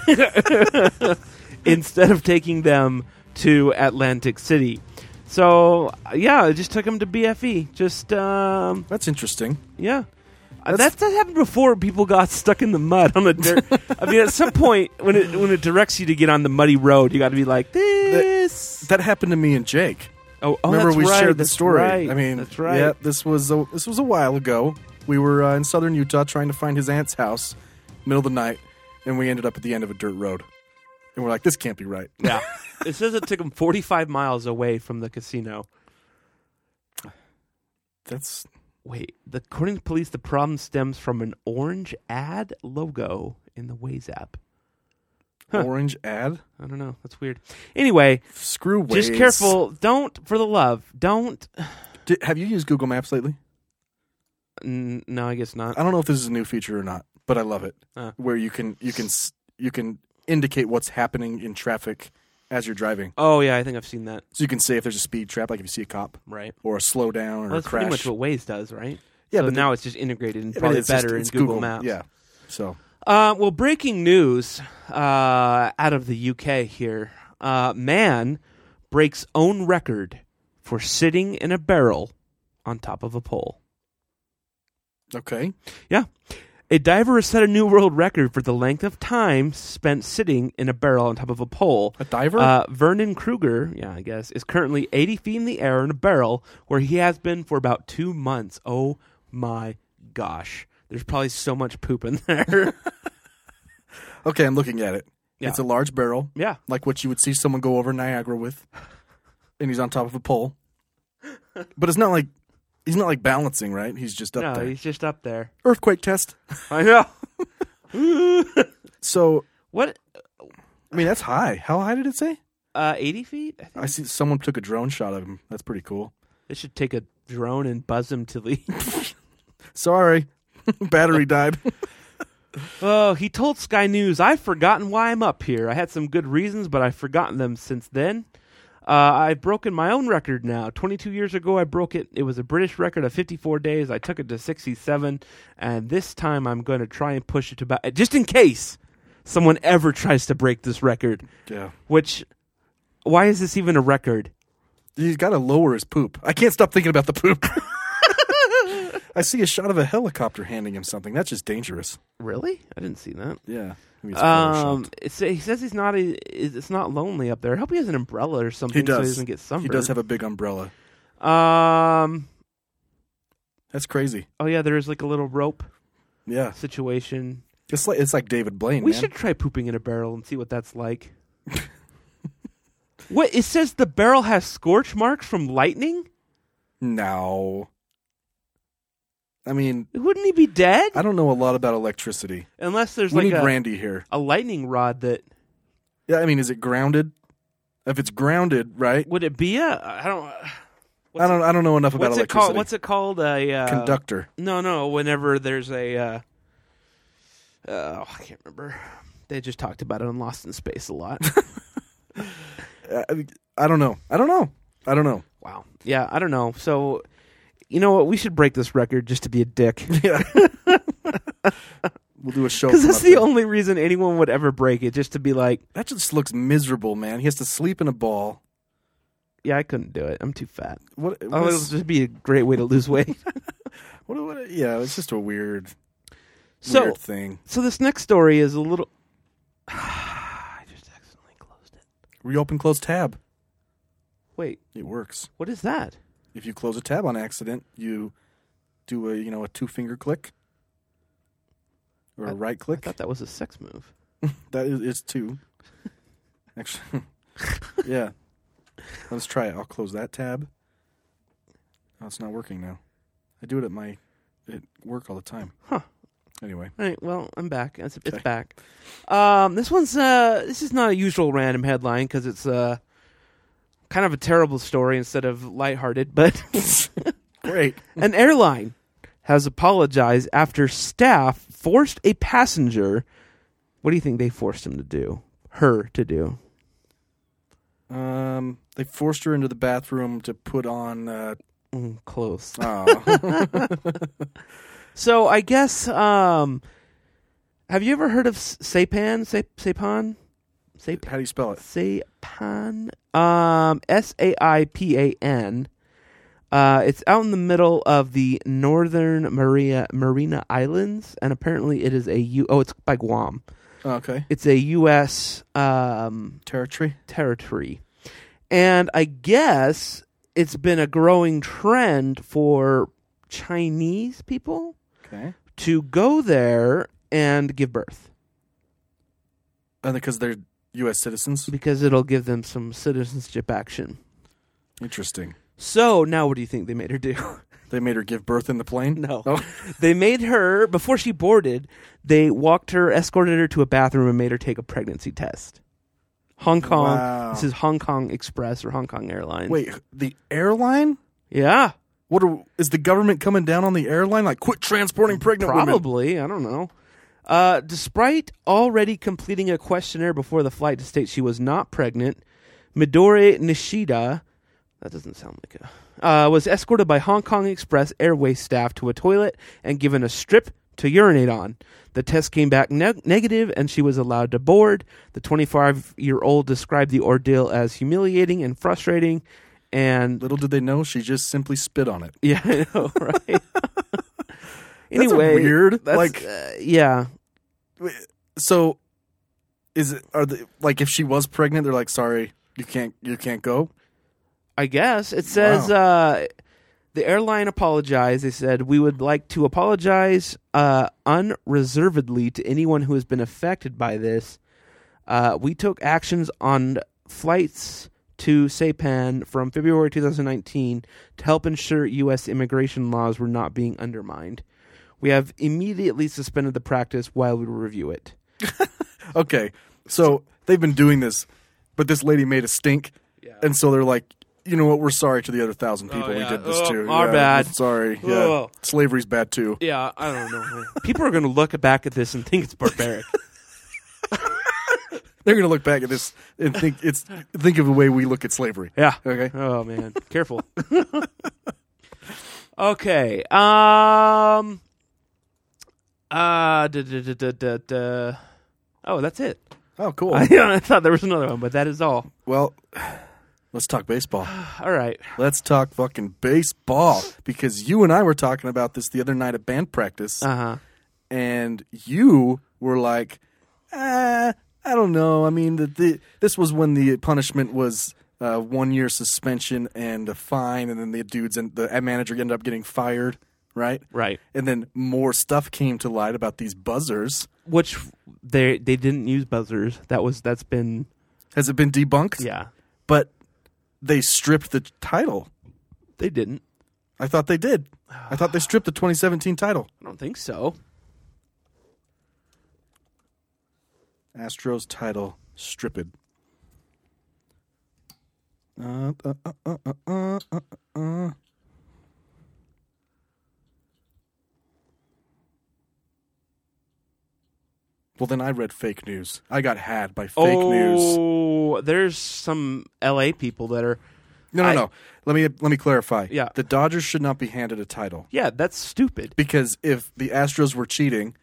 instead of taking them to Atlantic City. So yeah, it just took them to BFE. Just um, That's interesting. yeah. Uh, That's, that happened before people got stuck in the mud on the dirt. I mean, at some point when it when it directs you to get on the muddy road, you got to be like this. That happened to me and Jake. oh, oh, Remember that's we right, shared the that's story. right, I mean, that's right. Yeah, this was a, this was a while ago. We were uh, in southern Utah trying to find his aunt's house, middle of the night, and we ended up at the end of a dirt road. And we're like, this can't be right. Yeah. it says it took them 45 miles away from the casino. That's Wait, the, according to police, the problem stems from an orange ad logo in the Waze app. orange ad. I don't know. That's weird. Anyway, Screw Waze. just careful. Don't, for the love, don't. Did, have you used Google Maps lately? N- no, I guess not. I don't know if this is a new feature or not, but I love it. Uh. Where you can you can s- you can indicate what's happening in traffic as you're driving, Oh, yeah, I think I've seen that. so you can say if there's a speed trap, like if you see a cop Right. or a slowdown or Well, a that's crash. pretty much what Waze does, right? Yeah, Yeah, so but now it's just integrated and I mean, probably it's just- better it's in Google, Google, Maps. yeah. So Uh, well, breaking news uh, out of the UK here. Uh, man breaks own record for sitting in a barrel on top of a pole. Okay. Yeah. A diver has set a new world record for the length of time spent sitting in a barrel on top of a pole. A diver? Uh, Vernon Kruger, yeah, I guess, is currently 80 feet in the air in a barrel where he has been for about two months. Oh my gosh. There's probably so much poop in there. okay, I'm looking at it. Yeah. It's a large barrel. Yeah. Like what you would see someone go over Niagara with. And he's on top of a pole. But it's not like he's not like balancing, right? He's just up no, there. he's just up there. Earthquake test. I know. So What? I mean that's high. How high did it say? Uh, 80 feet? I see someone took a drone shot of him. That's pretty cool. They should take a drone and buzz him to the. Sorry. Battery died. oh, he told Sky News, I've forgotten why I'm up here. I had some good reasons, but I've forgotten them since then. Uh, I've broken my own record now. 22 years ago, I broke it. It was a British record of 54 days. I took it to 67, and this time I'm going to try and push it to about. Just in case someone ever tries to break this record. Yeah. Which, why is this even a record? He's got to lower his poop. I can't stop thinking about the poop. I see a shot of a helicopter handing him something. That's just dangerous. Really? I didn't see that. Yeah. Maybe it's photoshopped. Um, it's, he says he's not. A, it's not lonely up there. I hope he has an umbrella or something, he does. so he doesn't get sunburned. He does have a big umbrella. Um. That's crazy. Oh yeah, there is like a little rope Yeah. situation. It's like it's like David Blaine. we man. should try pooping in a barrel and see what that's like. what it says the barrel has scorch marks from lightning. No. I mean, Wouldn't he be dead? I don't know a lot about electricity. Unless there's we like need a, Randy here. a lightning rod that Yeah, I mean, is it grounded? If it's grounded, right? would it be a I don't. What's I don't. I don't know enough about What's it electricity. called? What's it called? A uh, Conductor. No, no. Whenever there's a, uh, oh, I can't remember. They just talked about it on Lost in Space a lot. I, I don't know. I don't know. I don't know. wow. Yeah, I don't know. So, you know what? We should break this record just to be a dick, Yeah. we'll do a show. because from that's up the there. only reason anyone would ever break it, just to be like, That just looks miserable, man. He has to sleep in a ball. yeah, I couldn't do it. I'm too fat. What? what Oh, it'll is- just be a great way to lose weight. what- what- yeah, it's just a weird, So- weird thing. so this next story is a little. I just accidentally closed it. Reopen close tab. Wait, It works. what is that? If you close a tab on accident, you do a you know a two finger click or a right I click. thought that was a sex move. That is, is two. Actually, yeah. Let's try it. I'll close that tab. Oh, it's not working now. I do it at my at work all the time. Huh. Anyway, All right, well, I'm back. It's, it's Okay. back. Um, this one's uh, this is not a usual random headline because it's uh, kind of a terrible story instead of lighthearted. But great. an airline has apologized after staff forced a passenger. What do you think they forced him to do? Her to do? Um, they forced her into the bathroom to put on. Uh, Mm, close. oh, So I guess um, have you ever heard of S- Sapan? Sa- Sapan? Sapan? how do you spell it? Saipan. Um, S A I P A N. Uh, it's out in the middle of the northern Maria Marina Islands, and apparently it is a U. Oh, it's by Guam. Okay, It's a U.S. Um, territory. territory, and I guess it's been a growing trend for Chinese people Okay, to go there and give birth and because they're U.S. citizens. because it'll give them some citizenship action. Interesting. So now, what do you think they made her do? They made her give birth in the plane. No. Oh, they made her before she boarded. They walked her, escorted her to a bathroom, and made her take a pregnancy test. Hong Kong. Wow. This is Hong Kong Express or Hong Kong Airlines. wait. The airline? yeah, What are, is the government coming down on the airline? Like, quit transporting pregnant women. probably. I don't know. Uh, despite already completing a questionnaire before the flight to state she was not pregnant, Midori Nishida, That doesn't sound like a. Uh, was escorted by Hong Kong Express Airways staff to a toilet and given a strip to urinate on. The test came back neg- negative and she was allowed to board. The 25 year old described the ordeal as humiliating and frustrating. And little did they know, she just simply spit on it. Yeah, I know, right? That's a anyway, weird, that's, like- uh, yeah, So, is it are they like if she was pregnant? They're like, sorry, you can't, you can't go. I guess it says uh, the airline apologized. They said we would like to apologize uh, unreservedly to anyone who has been affected by this. Uh, we took actions on flights to Saipan from February 2019 to help ensure U.S. immigration laws were not being undermined. We have immediately suspended the practice while we review it. Okay, so they've been doing this, but this lady made a stink, and so they're like, you know what? We're sorry to the other thousand people yeah. we did this Oh, to. our Yeah, bad. Sorry. Yeah, Oh. slavery's bad too. Yeah, I don't know. People are going to look back at this and think it's barbaric. They're gonna look back at this and think it's think of the way we look at slavery. Yeah. Okay. Oh man, careful. okay. Um. Uh, da, da, da, da, da, da. Oh, that's it. Oh, cool. I, I thought there was another one, but that is all. Well, let's talk baseball. All right. Let's talk fucking baseball because you and I were talking about this the other night at band practice, Uh huh. and you were like, uh, "I don't know. I mean, the, the, this was when the punishment was uh, one year suspension and a fine, and then the dudes and the manager ended up getting fired, right? Right. And then more stuff came to light about these buzzers. Which they they didn't use buzzers. That was that's been Has it been debunked? yeah. But they stripped the title. They didn't. I thought they did. I thought they stripped the 2017 title. I don't think so. Astros title stripped. Uh, uh, uh, uh, uh, uh, uh, uh. Well, then I read fake news. I got had by fake news. oh, there's some L.A. people that are. No, no, I- no. Let me let me clarify. Yeah. the Dodgers should not be handed a title Yeah, that's stupid. because if the Astros were cheating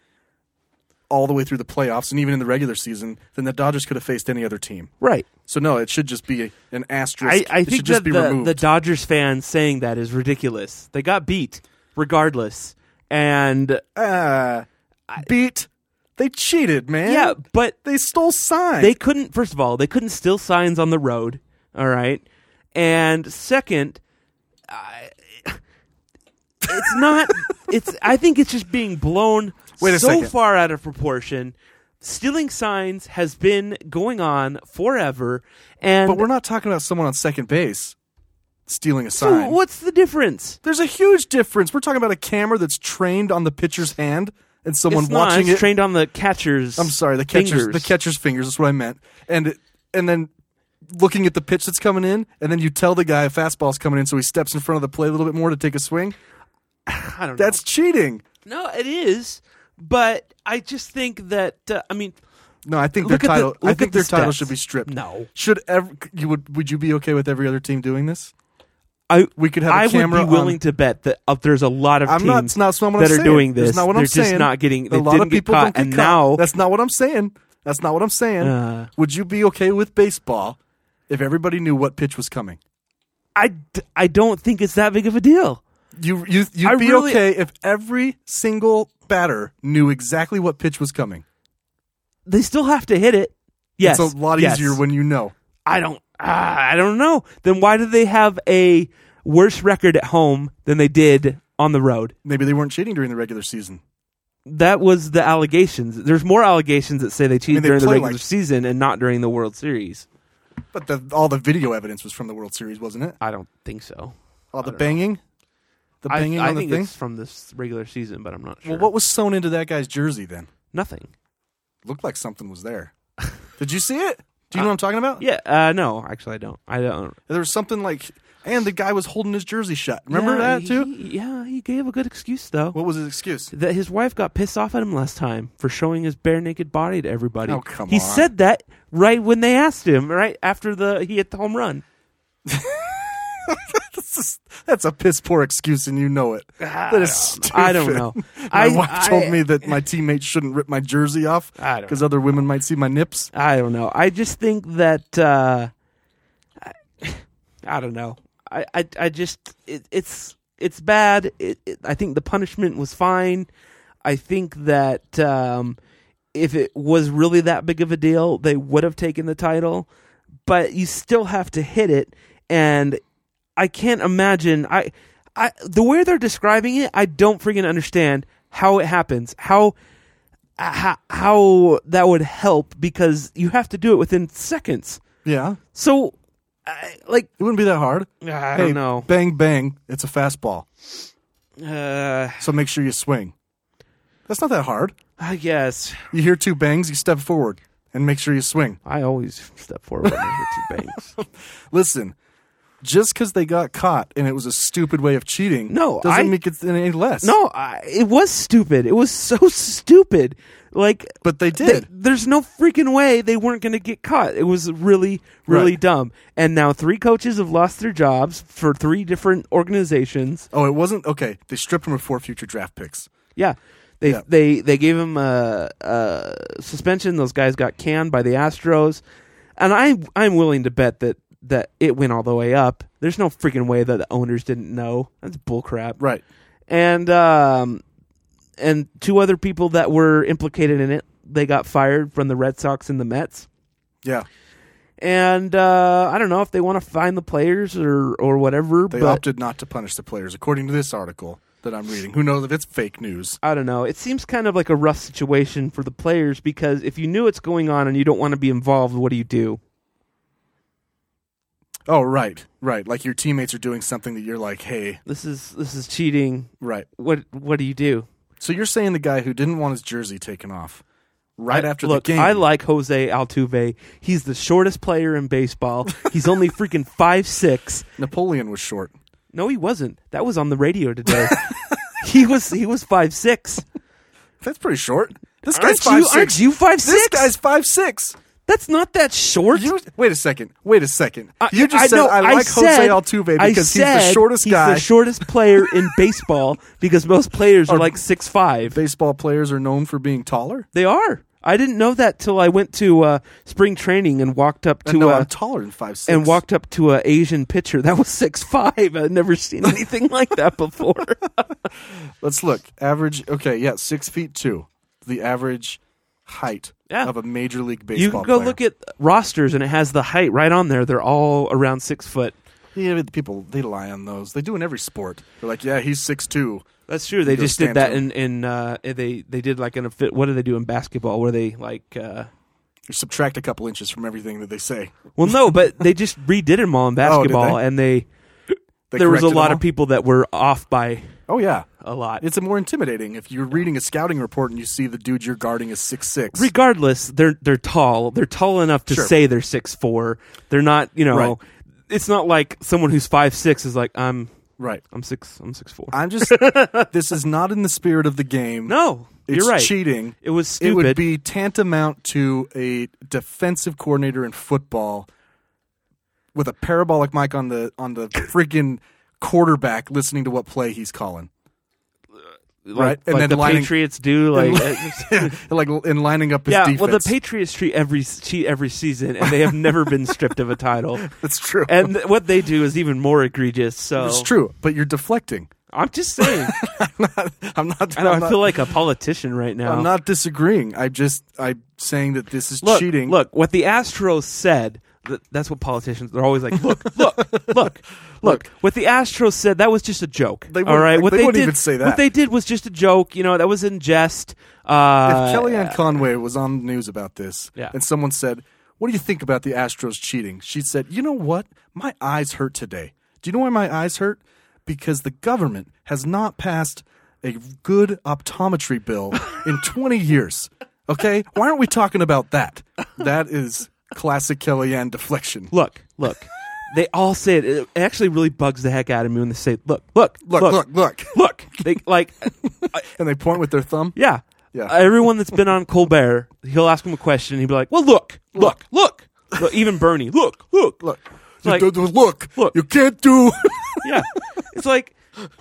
all the way through the playoffs and even in the regular season, then the Dodgers could have faced any other team. Right. So no, it should just be an I, asterisk. I it think should just that be the, removed. the Dodgers fans saying that is ridiculous. They got beat regardless. And Ah, beat. They cheated, man. yeah, but they stole signs. they couldn't, first of all, they couldn't steal signs on the road. All right. And second, I, it's not, it's, I think it's just being blown Wait a so second. far out of proportion. Stealing signs has been going on forever. And but we're not talking about someone on second base stealing a so sign. what's the difference? There's a huge difference. We're talking about a camera that's trained on the pitcher's hand and someone it's not, watching it's it. trained on the catcher's. I'm sorry, the catcher's fingers. the catcher's fingers. That's what I meant. And it- and then looking at the pitch that's coming in, and then you tell the guy a fastball's coming in, so he steps in front of the plate a little bit more to take a swing. I don't know. That's cheating. No, it is, but I just think that uh, I mean, No, I think Look their at the- title. I look think at the their title stats. should be stripped. No. should ever you would would you be okay with every other team doing this? I We could have a I would camera be willing on- to bet that uh, there's a lot of I'm teams not. It's not, it's not what that I'm are saying. doing That's this. not what They're I'm just saying. not getting. They a lot didn't of people get caught, don't get and caught. now that's not what I'm saying. That's not what I'm saying. Uh. would you be okay with baseball if everybody knew what pitch was coming? I, d- I don't think it's that big of a deal. You you you'd I be really- okay if every single batter knew exactly what pitch was coming. They still have to hit it. Yes, it's a lot yes. easier when you know. I don't. ah, I don't know. Then why do they have a worse record at home than they did on the road? Maybe they weren't cheating during the regular season. that was the allegations. There's more allegations that say they cheated they during the play regular like- season and not during the World Series. But the, all the video evidence was from the World Series, wasn't it? I don't think so. All the banging, the I, banging I on the think thing. it's from this regular season, but I'm not sure. Well, what was sewn into that guy's jersey then? Nothing. Looked like something was there. Did you see it? Do you know what I'm talking about? Yeah. Uh, no, actually, I don't. I don't. There was something like, and the guy was holding his jersey shut. Remember Yeah, that too? he- yeah, he gave a good excuse though. What was his excuse? that his wife got pissed off at him last time for showing his bare naked body to everybody. Oh, come he on. said that right when they asked him, right after the he hit the home run. That's just- That's a piss poor excuse, and you know it. That is stupid. I don't know. my I- wife I- told me that my teammates shouldn't rip my jersey off I don't because other women might see my nips. I don't know. I just think that uh, I, I don't know. I I, I just it, it's it's bad. It, it, I think the punishment was fine. I think that um, if it was really that big of a deal, they would have taken the title. But you still have to hit it, and I can't imagine. I, I the way they're describing it, I don't freaking understand how it happens. How how, how that would help because you have to do it within seconds. Yeah, So, I, like, it wouldn't be that hard. I Hey, don't know. Bang bang, it's a fastball. Uh, So make sure you swing. That's not that hard. I guess You hear two bangs, you step forward and make sure you swing. I always step forward when I hit two bangs. Listen, just because they got caught and it was a stupid way of cheating, No, doesn't I- make it any less. No, I, it was stupid. It was so stupid. Like, but they th- did. there's no freaking way they weren't going to get caught. It was really, really Right. dumb. And now three coaches have lost their jobs for three different organizations. oh, it wasn't okay. They stripped him of four future draft picks. Yeah. They, Yeah. they they gave him a, a suspension. Those guys got canned by the Astros, and I I'm willing to bet that, that it went all the way up. There's no freaking way that the owners didn't know. That's bullcrap. Right. And um, and two other people that were implicated in it, they got fired from the Red Sox and the Mets. Yeah. And uh, I don't know if they want to find the players or or whatever. They but opted not to punish the players, according to this article that I'm reading. Who knows if it's fake news? I don't know. It seems kind of like a rough situation for the players because if you knew it's going on and you don't want to be involved, what do you do? Oh, right, right. Like your teammates are doing something that you're like, hey, This is this is cheating. right. What what do you do? So you're saying the guy who didn't want his jersey taken off right after Look, the game? I like Jose Altuve. He's the shortest player in baseball. He's only freaking five six. Napoleon was short. No, he wasn't. That was on the radio today. he was he was five six. That's pretty short. This Aren't guy's you- 5'6". aren't you 5'6"? This guy's five six. That's not that short. You, wait a second. Wait a second. I- you just I said know, I I like Jose said- Altuve I because he's the said shortest he's guy. the shortest player in baseball because most players are, Are- like six five. Baseball players are known for being taller. They are. I didn't know that till I went to uh, spring training and walked up to Uh, no, a I'm taller than five six. and walked up to a Asian pitcher that was six five. I'd never seen anything like that before. Let's look. Average. Okay, yeah, six feet two. The average height Yeah. of a major league baseball. you can go player. look at rosters and it has the height right on there. They're all around six foot. Yeah, but the people they lie on those. They do in every sport. They're like, yeah, he's six two. That's true. They go just did stand that to in in uh, they they did like in a fit. What do they do in basketball? Where they like. Uh, You subtract a couple inches from everything that they say. well, no, but they just redid them all in basketball, Oh, they? and they, They there was a corrected lot them of people that were off by all? Oh yeah, a lot. it's more intimidating if you're reading a scouting report and you see the dude you're guarding is six six. regardless, they're they're tall. They're tall enough to Sure. say they're six four. They're not, you know. Right. It's not like someone who's five six is like I'm. right. I'm six. I'm six four. I'm just. this is not in the spirit of the game. no, it's you're right. cheating. It was It stupid. would be tantamount to a defensive coordinator in football with a parabolic mic on the on the friggin' quarterback listening to what play he's calling. like, right, and like then the lining- Patriots do. Like, uh, yeah, like in lining up his yeah. defense. Well, the Patriots treat every cheat every season, and they have never been stripped of a title. That's true. And th- what they do is even more egregious. So it's true, but you're deflecting. I'm just saying. I'm not. I know. I'm I not, feel like a politician right now. I'm not disagreeing. I just I'm saying that this is look, cheating. Look, what the Astros said. th- That's what politicians. They're always like, look, look, look, look. What the Astros said. That was just a joke. They all wouldn't- right. What they they, wouldn't did. even say that. What they did was just a joke. You know, that was in jest. if Uh, Kellyanne Conway was on the news about this, Yeah. and someone said, "What do you think about the Astros cheating?" She said, "You know what? My eyes hurt today. Do you know why my eyes hurt? Because the government has not passed a good optometry bill in 20 years. Okay, why aren't we talking about that? That is classic Kellyanne deflection. look, look. They all say it. It actually really bugs the heck out of me when they say, look, look, Look, look, look, look. They like, and they point with their thumb. yeah. Uh, Yeah. Everyone that's been on Colbert, he'll ask him a question. He'd be like, well, look, look, look. Look, even Bernie, look, look, Look. like- look, look, you can't do. yeah, it's like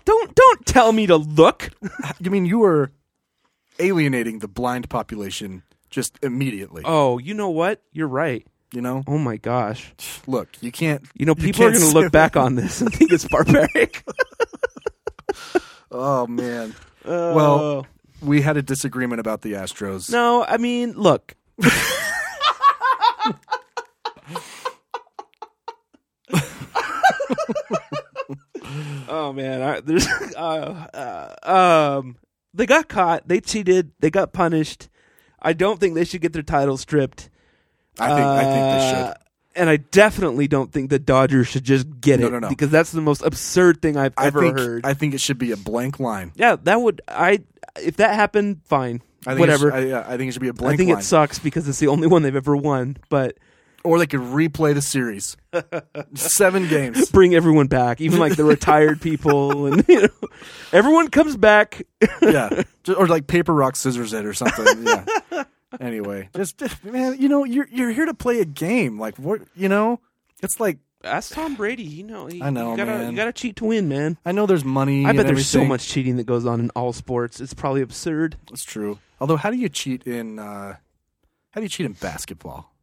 don't don't tell me to look. you mean you were alienating the blind population just immediately? Oh, you know what? You're right. You know, Oh my gosh. look, you can't. You know, people are can't going to say- look back on this and think it's barbaric. Oh man. well, we had a disagreement about the Astros. Oh. No, I mean, look. oh man, I, there's uh, uh, um, they got caught. They cheated. They got punished. I don't think they should get their title stripped. Uh, I think I think they should. And I definitely don't think the Dodgers should just get No, it no, no. because that's the most absurd thing I've I ever think heard. I think it should be a blank line. yeah, that would I if that happened, fine. I think Whatever. It should, I, yeah, I think it should be a blank I think line. it sucks because it's the only one they've ever won, but or they could replay the series. Seven games. bring everyone back, even like the retired people and you know everyone comes back. Yeah. Ju- Or like paper rock scissors it or something. Yeah. Anyway, just man, you know, you're you're here to play a game. Like what, you know? It's like That's Tom Brady, you know. He, I know, you gotta, man. you gotta cheat to win, man. I know there's money. I and bet there's so everything. much cheating that goes on in all sports. It's probably absurd. That's true. Although, how do you cheat in? Uh, how do you cheat in basketball?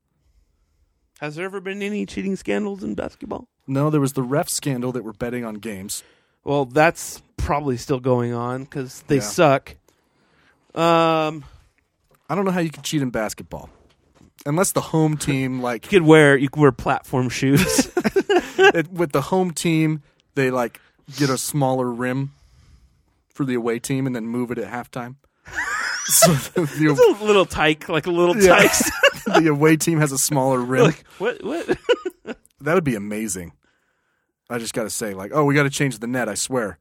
Has there ever been any cheating scandals in basketball? No, there was the ref scandal that we're betting on games. Well, that's probably still going on because they Yeah. suck. Um, I don't know how you can cheat in basketball, unless the home team like you could wear you could wear platform shoes. it, with the home team they like get a smaller rim for the away team and then move it at halftime. so the, the, a little tyke, like a little Yeah. tyke. the away team has a smaller rim. like what? What? that would be amazing. I just got to say, like, oh, we got to change the net. I swear,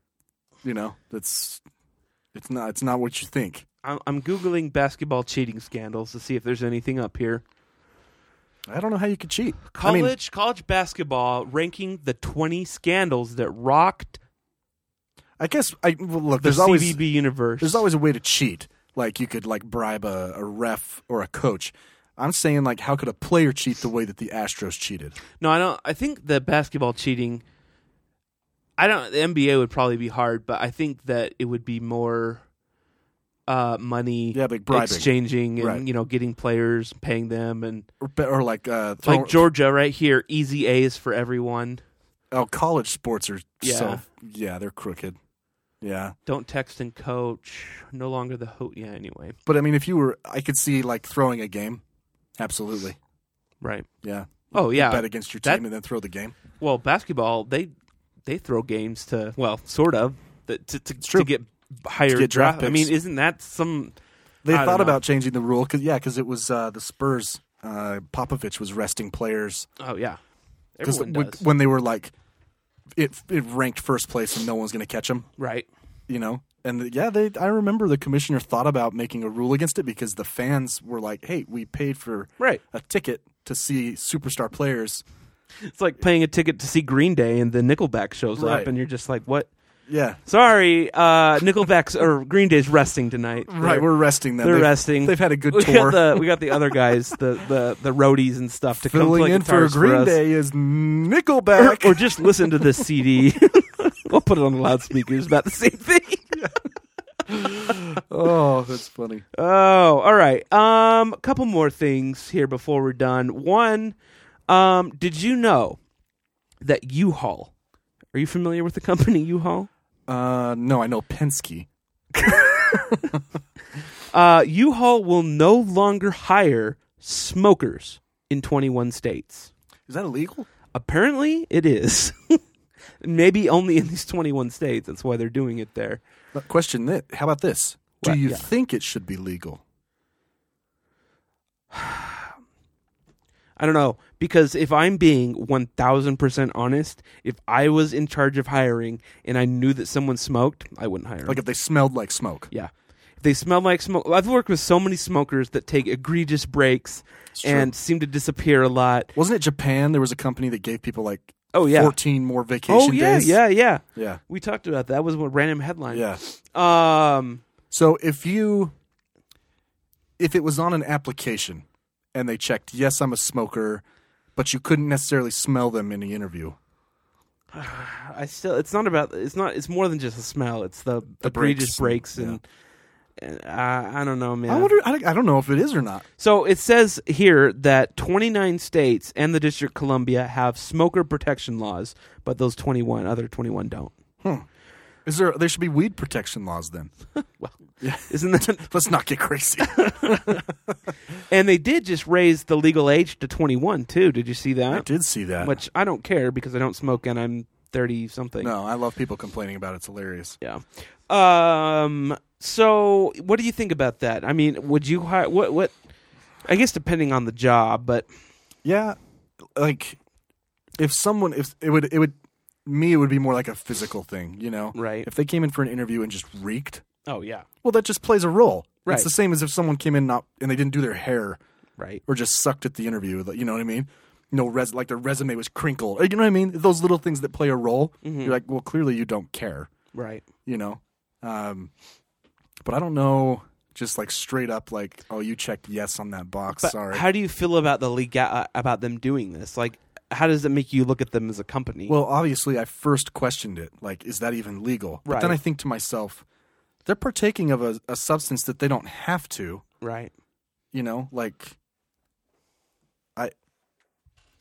you know, that's it's not it's not what you think. I'm, I'm googling basketball cheating scandals to see if there's anything up here. I don't know how you could cheat. I College mean, college basketball ranking the 20 scandals that rocked I guess I well, look. the There's always CVB universe. there's always a way to cheat. Like you could like bribe a, a ref or a coach. I'm saying like how could a player cheat the way that the Astros cheated? no, I don't. I think the basketball cheating. I don't. The NBA would probably be hard, but I think that it would be more uh, money. Yeah, like bribing. exchanging and Right. you know getting players, paying them, and Or, be- or like uh, throw, like Georgia right here, easy A's for everyone. Oh, college sports are Yeah. so yeah they're crooked. Yeah, Don't text and coach. No longer the ho. Yeah, anyway, but I mean if you were, I could see like throwing a game. Absolutely. right. Yeah. Oh yeah, Bet against your team That- and then throw the game. Well, basketball they they throw games to well, sort of that to to, true. to get higher To get draft I picks. mean, isn't that some? They I don't thought know. about changing the rule because yeah, because it was uh, the Spurs. Uh, Popovich was resting players Oh yeah, because everyone does when they were like it it ranked first place and no one's going to catch them, right. you know. And yeah, they I remember the commissioner thought about making a rule against it because the fans were like, "Hey, we paid for Right. a ticket to see superstar players." It's like paying a ticket to see Green Day and the Nickelback shows Right. up, and you're just like, what? Yeah. Sorry, uh, Nickelback's or Green Day's resting tonight. Right, we're resting them. They're They've- resting. They've had a good we tour. Got the, we got the other guys, the, the, the roadies and stuff, to come Filling play in for guitars Green us. Day is or, Nickelback. or just listen to this CD. we'll put it on the loudspeakers. About the same thing. oh, that's funny. Oh, all right. Um, a couple more things here before we're done. One, um, did you know that U-Haul? Are you familiar with the company U-Haul? Uh, no, I know Penske. Uh, U-Haul will no longer hire smokers in 21 states. Is that illegal? Apparently, it is. Maybe only in these 21 states. That's why they're doing it there. But Question that. How about this? Do What? you Yeah. think it should be legal? I don't know because if I'm being 1000% honest, if I was in charge of hiring and I knew that someone smoked, I wouldn't hire. 'em. Like if they smelled like smoke. Yeah. If They smell like smoke. I've worked with so many smokers that take egregious breaks true. and seem to disappear a lot. Wasn't it Japan? There was a company that gave people like Oh, yeah. 14 more vacation Oh yeah, days. yeah, yeah. Yeah. We talked about that. That was one random headline. Yeah. Um. So if you if it was on an application and they checked, yes, I'm a smoker, but you couldn't necessarily smell them in the interview. I still. It's not about. It's not. It's more than just the smell. It's the, the egregious breaks, and, and uh, I I don't know, man. I wonder. I, don't- I don't know if it is or not. So it says here that 29 states and the District of Columbia have smoker protection laws, but those 21 other 21 don't. Hmm. Is there? There should be weed protection laws then. well, isn't that? Let's not get crazy. and they did just raise the legal age to 21 too. Did you see that? I did see that. Which I don't care because I don't smoke and I'm 30 something. no, I love people complaining about it. It's hilarious. Yeah. Um. So, what do you think about that? I mean, would you hire what? What? I guess depending on the job, but Yeah, like if someone if it would it would me it would be more like a physical thing, you know. Right. If they came in for an interview and just reeked, oh yeah, well that just plays a role. Right. It's the same as if someone came in not and they didn't do their hair right. or just sucked at the interview, like, you know what I mean? No res like their resume was crinkled. Or, you know what I mean? Those little things that play a role. Mhm. You're like, well clearly you don't care, Right. you know. Um but I don't know just like straight up like, oh you checked yes on that box, But sorry. How do you feel about the legal uh, about them doing this? Like, how does it make you look at them as a company? Well, obviously, I first questioned it. Like, is that even legal? But then Right. I think to myself, they're partaking of a, a substance that they don't have to. right. You know, like, I,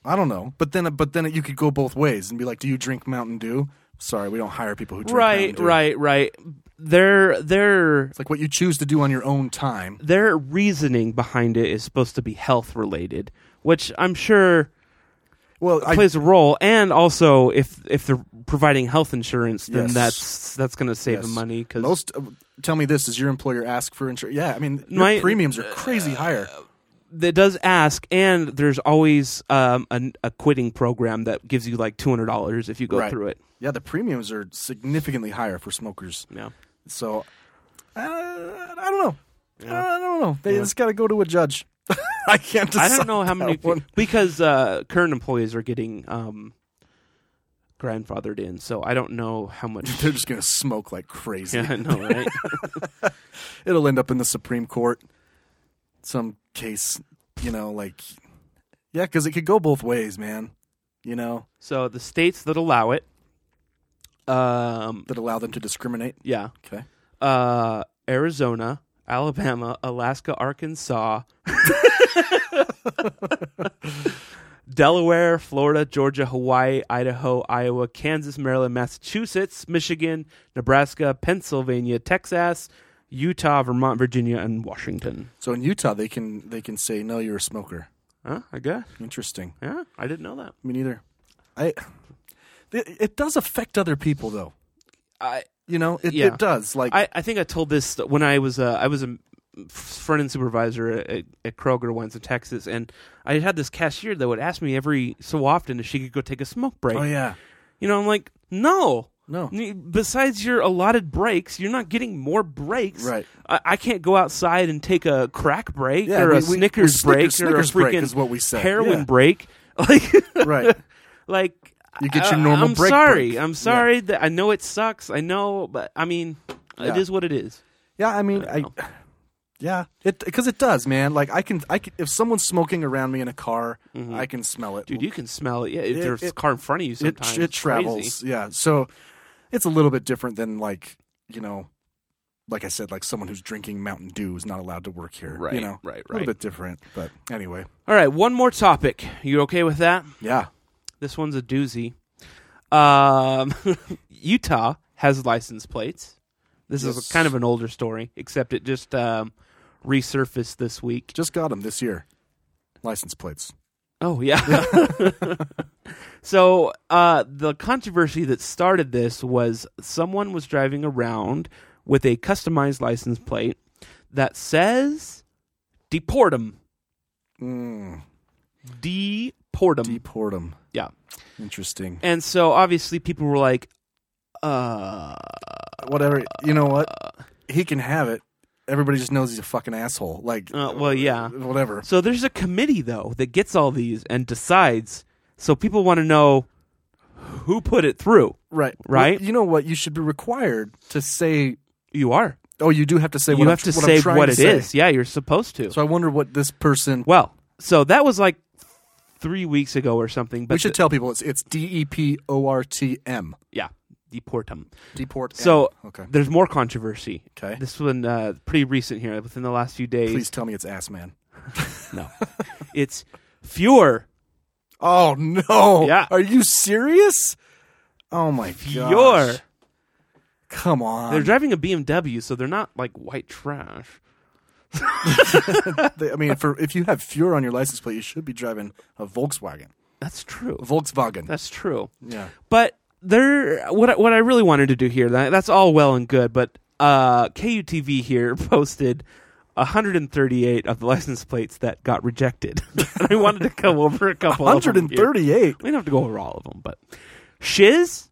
I don't know. But then, but then you could go both ways and be like, do you drink Mountain Dew? Sorry, we don't hire people who drink Mountain Right. Dew. Right. Right. Their their it's like what you choose to do on your own time. Their reasoning behind it is supposed to be health related, which I'm sure well plays a role. And also, if if they're providing health insurance, then Yes. that's that's going to save them Yes. money because Most, uh, tell me this: Does your employer ask for insurance? Yeah, I mean, your My- premiums are crazy higher. that does ask, and there's always um, an, a quitting program that gives you like two hundred dollars if you go Right. through it. Yeah, the premiums are significantly higher for smokers. Yeah. So, uh, I don't know. Uh, I don't know. They just got to go to a judge. I can't. I Decide don't know how that many peo- one. because uh, current employees are getting um, grandfathered in, so I don't know how much They're just gonna smoke like crazy. Yeah, I know, right? It'll end up in the Supreme Court. Some case, you know, like yeah, because it could go both ways, man. You know, so the states that allow it, um, that allow them to discriminate. yeah, Okay. uh, Arizona, Alabama, Alaska, Arkansas, Delaware, Florida, Georgia, Hawaii, Idaho, Iowa, Kansas, Maryland, Massachusetts, Michigan, Nebraska, Pennsylvania, Texas, Utah, Vermont, Virginia, and Washington. So in Utah, they can they can say no, you're a smoker. Huh? I guess. Interesting. Yeah, I didn't know that. Me neither. I. It, it does affect other people though. I You know, it, Yeah. it does. Like I, I think I told this th- when I was uh, I was a front end supervisor at, at Kroger once in Texas, and I had this cashier that would ask me every so often if she could go take a smoke break. Oh yeah. you know I'm like no. No. N- Besides your allotted breaks, you're not getting more breaks. Right. I, I can't go outside and take a crack break Yeah, or we- a we- Snickers well, break Snickers- or a Snickers break freaking is what we said. heroin Yeah. break. Like Right. like You get your I- normal I'm break Sorry, break. I'm Yeah. sorry that I know it sucks. I know, but I mean, it Yeah. is what it is. Yeah, I mean, I, yeah, it because it does, man. Like I can, I can, if someone's smoking around me in a car, I can smell it. Mm-hmm. Dude, you can smell it. Yeah, if It- there's a it- car in front of you, it sometimes it it's travels. crazy. Yeah, so it's a little bit different than like you know, like I said, like someone who's drinking Mountain Dew is not allowed to work here. Right, You know, right, A little right. bit different, but anyway, All right, one more topic. You okay with that? yeah. This one's a doozy. Um, Utah has license plates. This is Yes. kind of an older story, except it just um, resurfaced this week. Just got them this year. License plates. Oh yeah. so uh, the controversy that started this was someone was driving around with a customized license plate that says "Deport 'em." Mm, Deport 'em. deport 'em. yeah. Interesting. And so obviously people were like, "Uh, Whatever. You know what? He can have it. Everybody just knows he's a fucking asshole. Like, uh well, yeah." whatever. So there's a committee though that gets all these and decides. So people want to know who put it through. Right. Right? Well, you know what? You should be required to say. You are. Oh, you do have to say. you what have I'm, to what say I'm trying what to it is. say. Yeah, you're supposed to. So I wonder what this person. Well, so that was like three weeks ago or something. But we should the- tell people it's it's D E P O R T M. Yeah, deportum. Deport. M. So okay, there's more controversy. Okay. This one uh, pretty recent here, within the last few days. please tell me it's ass man. No, it's Fuhrer. Oh no! Yeah. Are you serious? Oh my god! Fuhrer. Come on. They're driving a BMW, so they're not like white trash. They- I mean, for if you have Fuhrer on your license plate, you should be driving a Volkswagen. That's true. Volkswagen. That's true. yeah. But there, what I, what I really wanted to do here, that, that's all well and good, but uh, KUTV here posted 138 of the license plates that got rejected. and I wanted to go over a couple. of them here. 138. We don't have to go over all of them, but Shiz,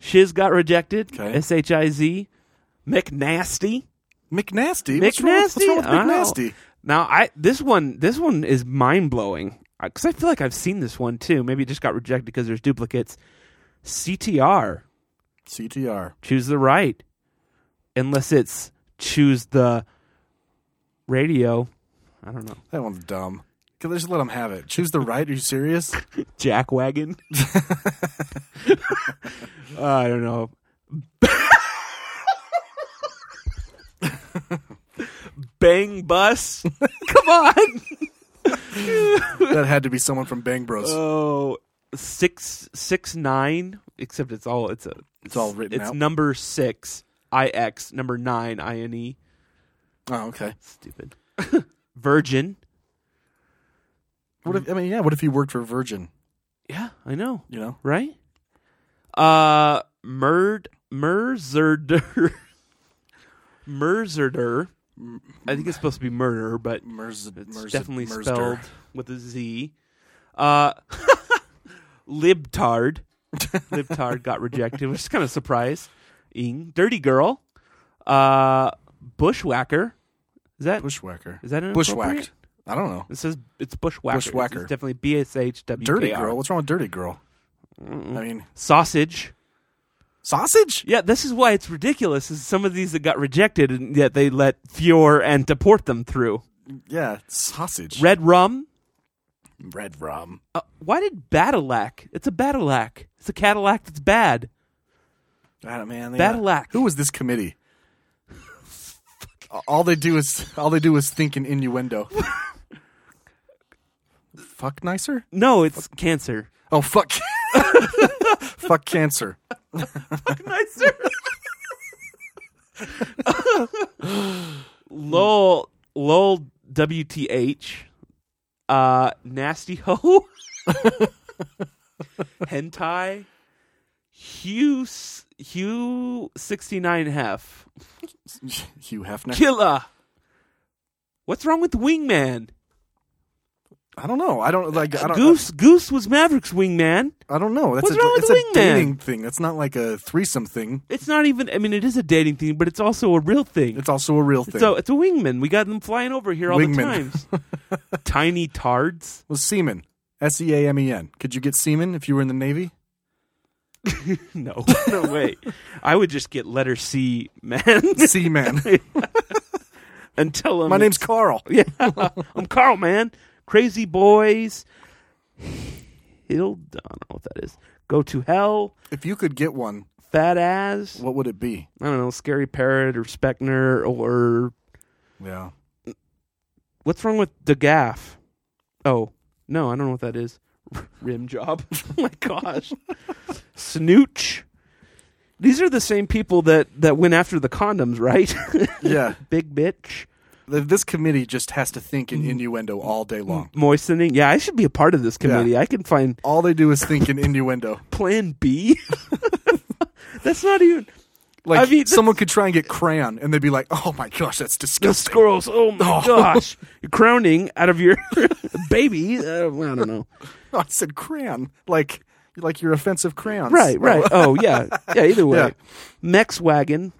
Shiz got rejected. Okay. S H I Z, McNasty, McNasty. What's wrong with, what's McNasty. wrong with I don't know. McNasty? Now I this one this one is mind blowing because I feel like I've seen this one too. Maybe it just got rejected because there's duplicates. CTR, CTR. choose the right, unless it's choose the radio. I don't know. That one's dumb. Can they just let them have it? Choose the right. Are you serious? Jack wagon. Uh, I don't know. Bang bus. Come on. that had to be someone from Bang Bros. Oh, six six nine. Except it's all it's a it's, all written It's out. number six I X number nine I N E. oh, okay. Stupid. Virgin. What if I mean? Yeah. What if he worked for Virgin? Yeah, I know. You know. Right? Uh Murd Merzerder. Merzerder. I think it's supposed to be murder, but Merz, It's Merz- definitely Merzder. spelled with a Z. Uh, libtard. libtard got rejected, which is kind of surprising. Dirty girl. Uh, bushwhacker. Is that Bushwhacker. is that inappropriate? Bushwhacked. I don't know. It says it's bushwhacker. It's- Bushwhacker. It's definitely B S H W. Dirty girl. What's wrong with dirty girl? Mm. I mean, Sausage. sausage. Yeah, this is why it's ridiculous. Is some of these that got rejected, and yet they let Fior and deport them through. Yeah, sausage. Red rum. Red rum. Uh, why did Badalac? It's a Badalac. It's a Cadillac that's bad. God, man, they- Badalak. Who was this committee? all they do is all they do is think in innuendo. fuck nicer? No, it's cancer. Oh fuck! fuck cancer. Nicer. lol, lol, wth, uh, nasty ho, hentai, Hugh, s- Hugh sixty nine hef, Hugh Hefner. killer. What's wrong with wingman? I don't know. I don't like. I don't, Goose, Goose was Maverick's wingman. I don't know. That's What's a, wrong with that's the a wingman? dating thing. That's not like a threesome thing. It's not even. I mean, it is a dating thing, but it's also a real thing. It's also a real thing. So it's a wingman. We got them flying over here all the Wingman. times. Tiny tards. was seaman. S e a m e n. Could you get seaman if you were in the navy? No, no way. I would just get letter C, man, Seaman. and tell them My name's Carl. yeah. I'm Carl, man. Crazy boys. Hill. I don't know what that is. Go to hell. If you could get one, Fat ass. what would it be? I don't know. Scary parrot or Speckner or Yeah. what's wrong with the gaff? Oh no, I don't know what that is. Rim job. oh my gosh. Snooch. These are the same people that that went after the condoms, right? Yeah. Big bitch. Th- This committee just has to think Mm. in innuendo all day long. Moistening. Yeah, I should be a part of this committee. I can find All they do is think in innuendo. Plan B. That's not even Like I mean, someone could try and get crayon, and they'd be like, "Oh my gosh, that's the disgusting." squirrels. Oh my gosh! You're crowning out of your baby. Uh, well, I don't know. No, I said crayon, like like your offensive crayons. Right, right. Oh, yeah. Yeah, either way. Yeah. Mex Wagon,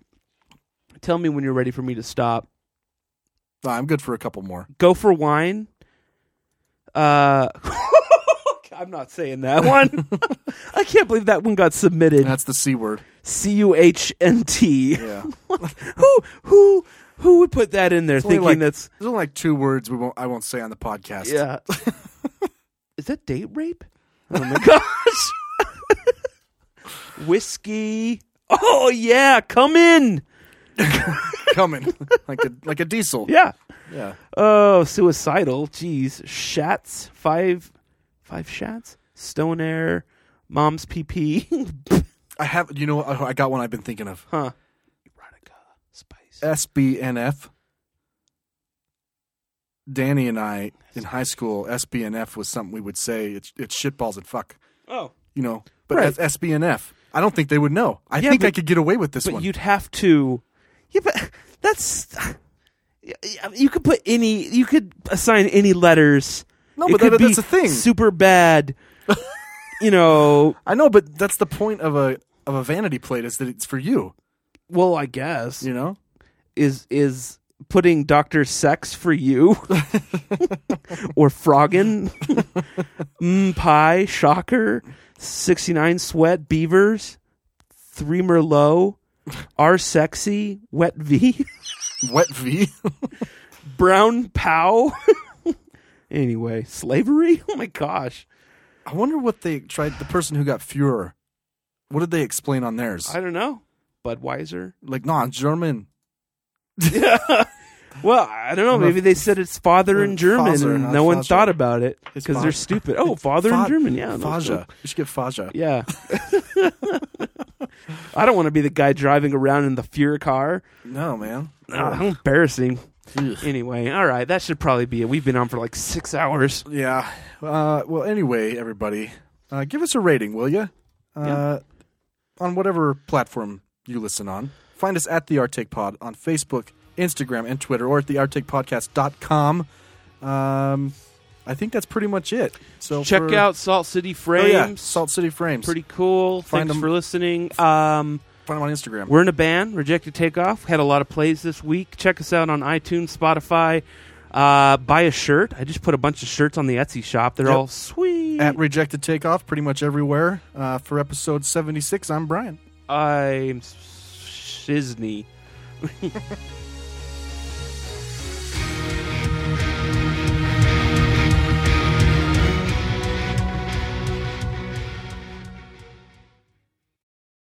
tell me when you're ready for me to stop. No, I'm good for a couple more. Go for wine. Uh, I'm not saying that one. I can't believe that one got submitted. That's the c word. C U H N T. Yeah. Who who who would put that in there only thinking like- that's There's only like two words we won't. I won't say on the podcast. yeah. is that date rape? Oh my gosh. Whiskey. Oh yeah, come in. Coming like a like a diesel. Yeah. Yeah. Oh, suicidal. Jeez. Shats. Five five shats? Stone air. Mom's PP. I have. You know, I I got one I've been thinking of. huh. SBNF. Danny and I in high school, SBNF was something we would say. It's, it's shitballs and fuck. Oh. You know, but Right. that's SBNF. I don't think they would know. I Yeah, think I but- could get away with this but one. you'd have to yeah but that's you could put any you could assign any letters No, It but that- could that's be the thing. super bad you know I know, but that's the point of a of a vanity plate is that it's for you. well i guess You know, is is putting doctor sex for you or froggin mm, pie shocker 69 sweat beavers three merlot r sexy wet v wet V. Brown Pow. anyway, slavery? Oh my gosh. I wonder what they tried. The person who got Fuhrer, what did they explain on theirs? I don't know. Budweiser? like, no, I'm German. Well, I don't know. Maybe they said it's father in German Faser, and not no one Faser. thought about it It's because fa- they're stupid. Oh, father in Fa- German. Yeah. no, Faja. sure. You should get Faja. Yeah. I don't want to be the guy driving around in the Fuhrer car. No, man. Ah, how embarrassing. Ugh. Anyway, all right. That should probably be it. We've been on for like six hours. Yeah. Uh, well, anyway, everybody, uh, give us a rating, will you? Uh, On whatever platform you listen on. Find us at The Arctic Pod on Facebook, Instagram, and Twitter, or at thearcticpodcast.com. Um, I think that's pretty much it. So Check for- out Salt City oh, yeah, Frames. Salt City Frames. Pretty cool. Find Thanks 'em. for listening. Um, Find them on Instagram. We're in a band, Rejected Takeoff. Had a lot of plays this week. Check us out on iTunes, Spotify. Uh, buy a shirt. I just put a bunch of shirts on the Etsy shop. They're Yep. all sweet. at Rejected Takeoff, pretty much everywhere. Uh, for episode 76, I'm Brian. I'm Shizney.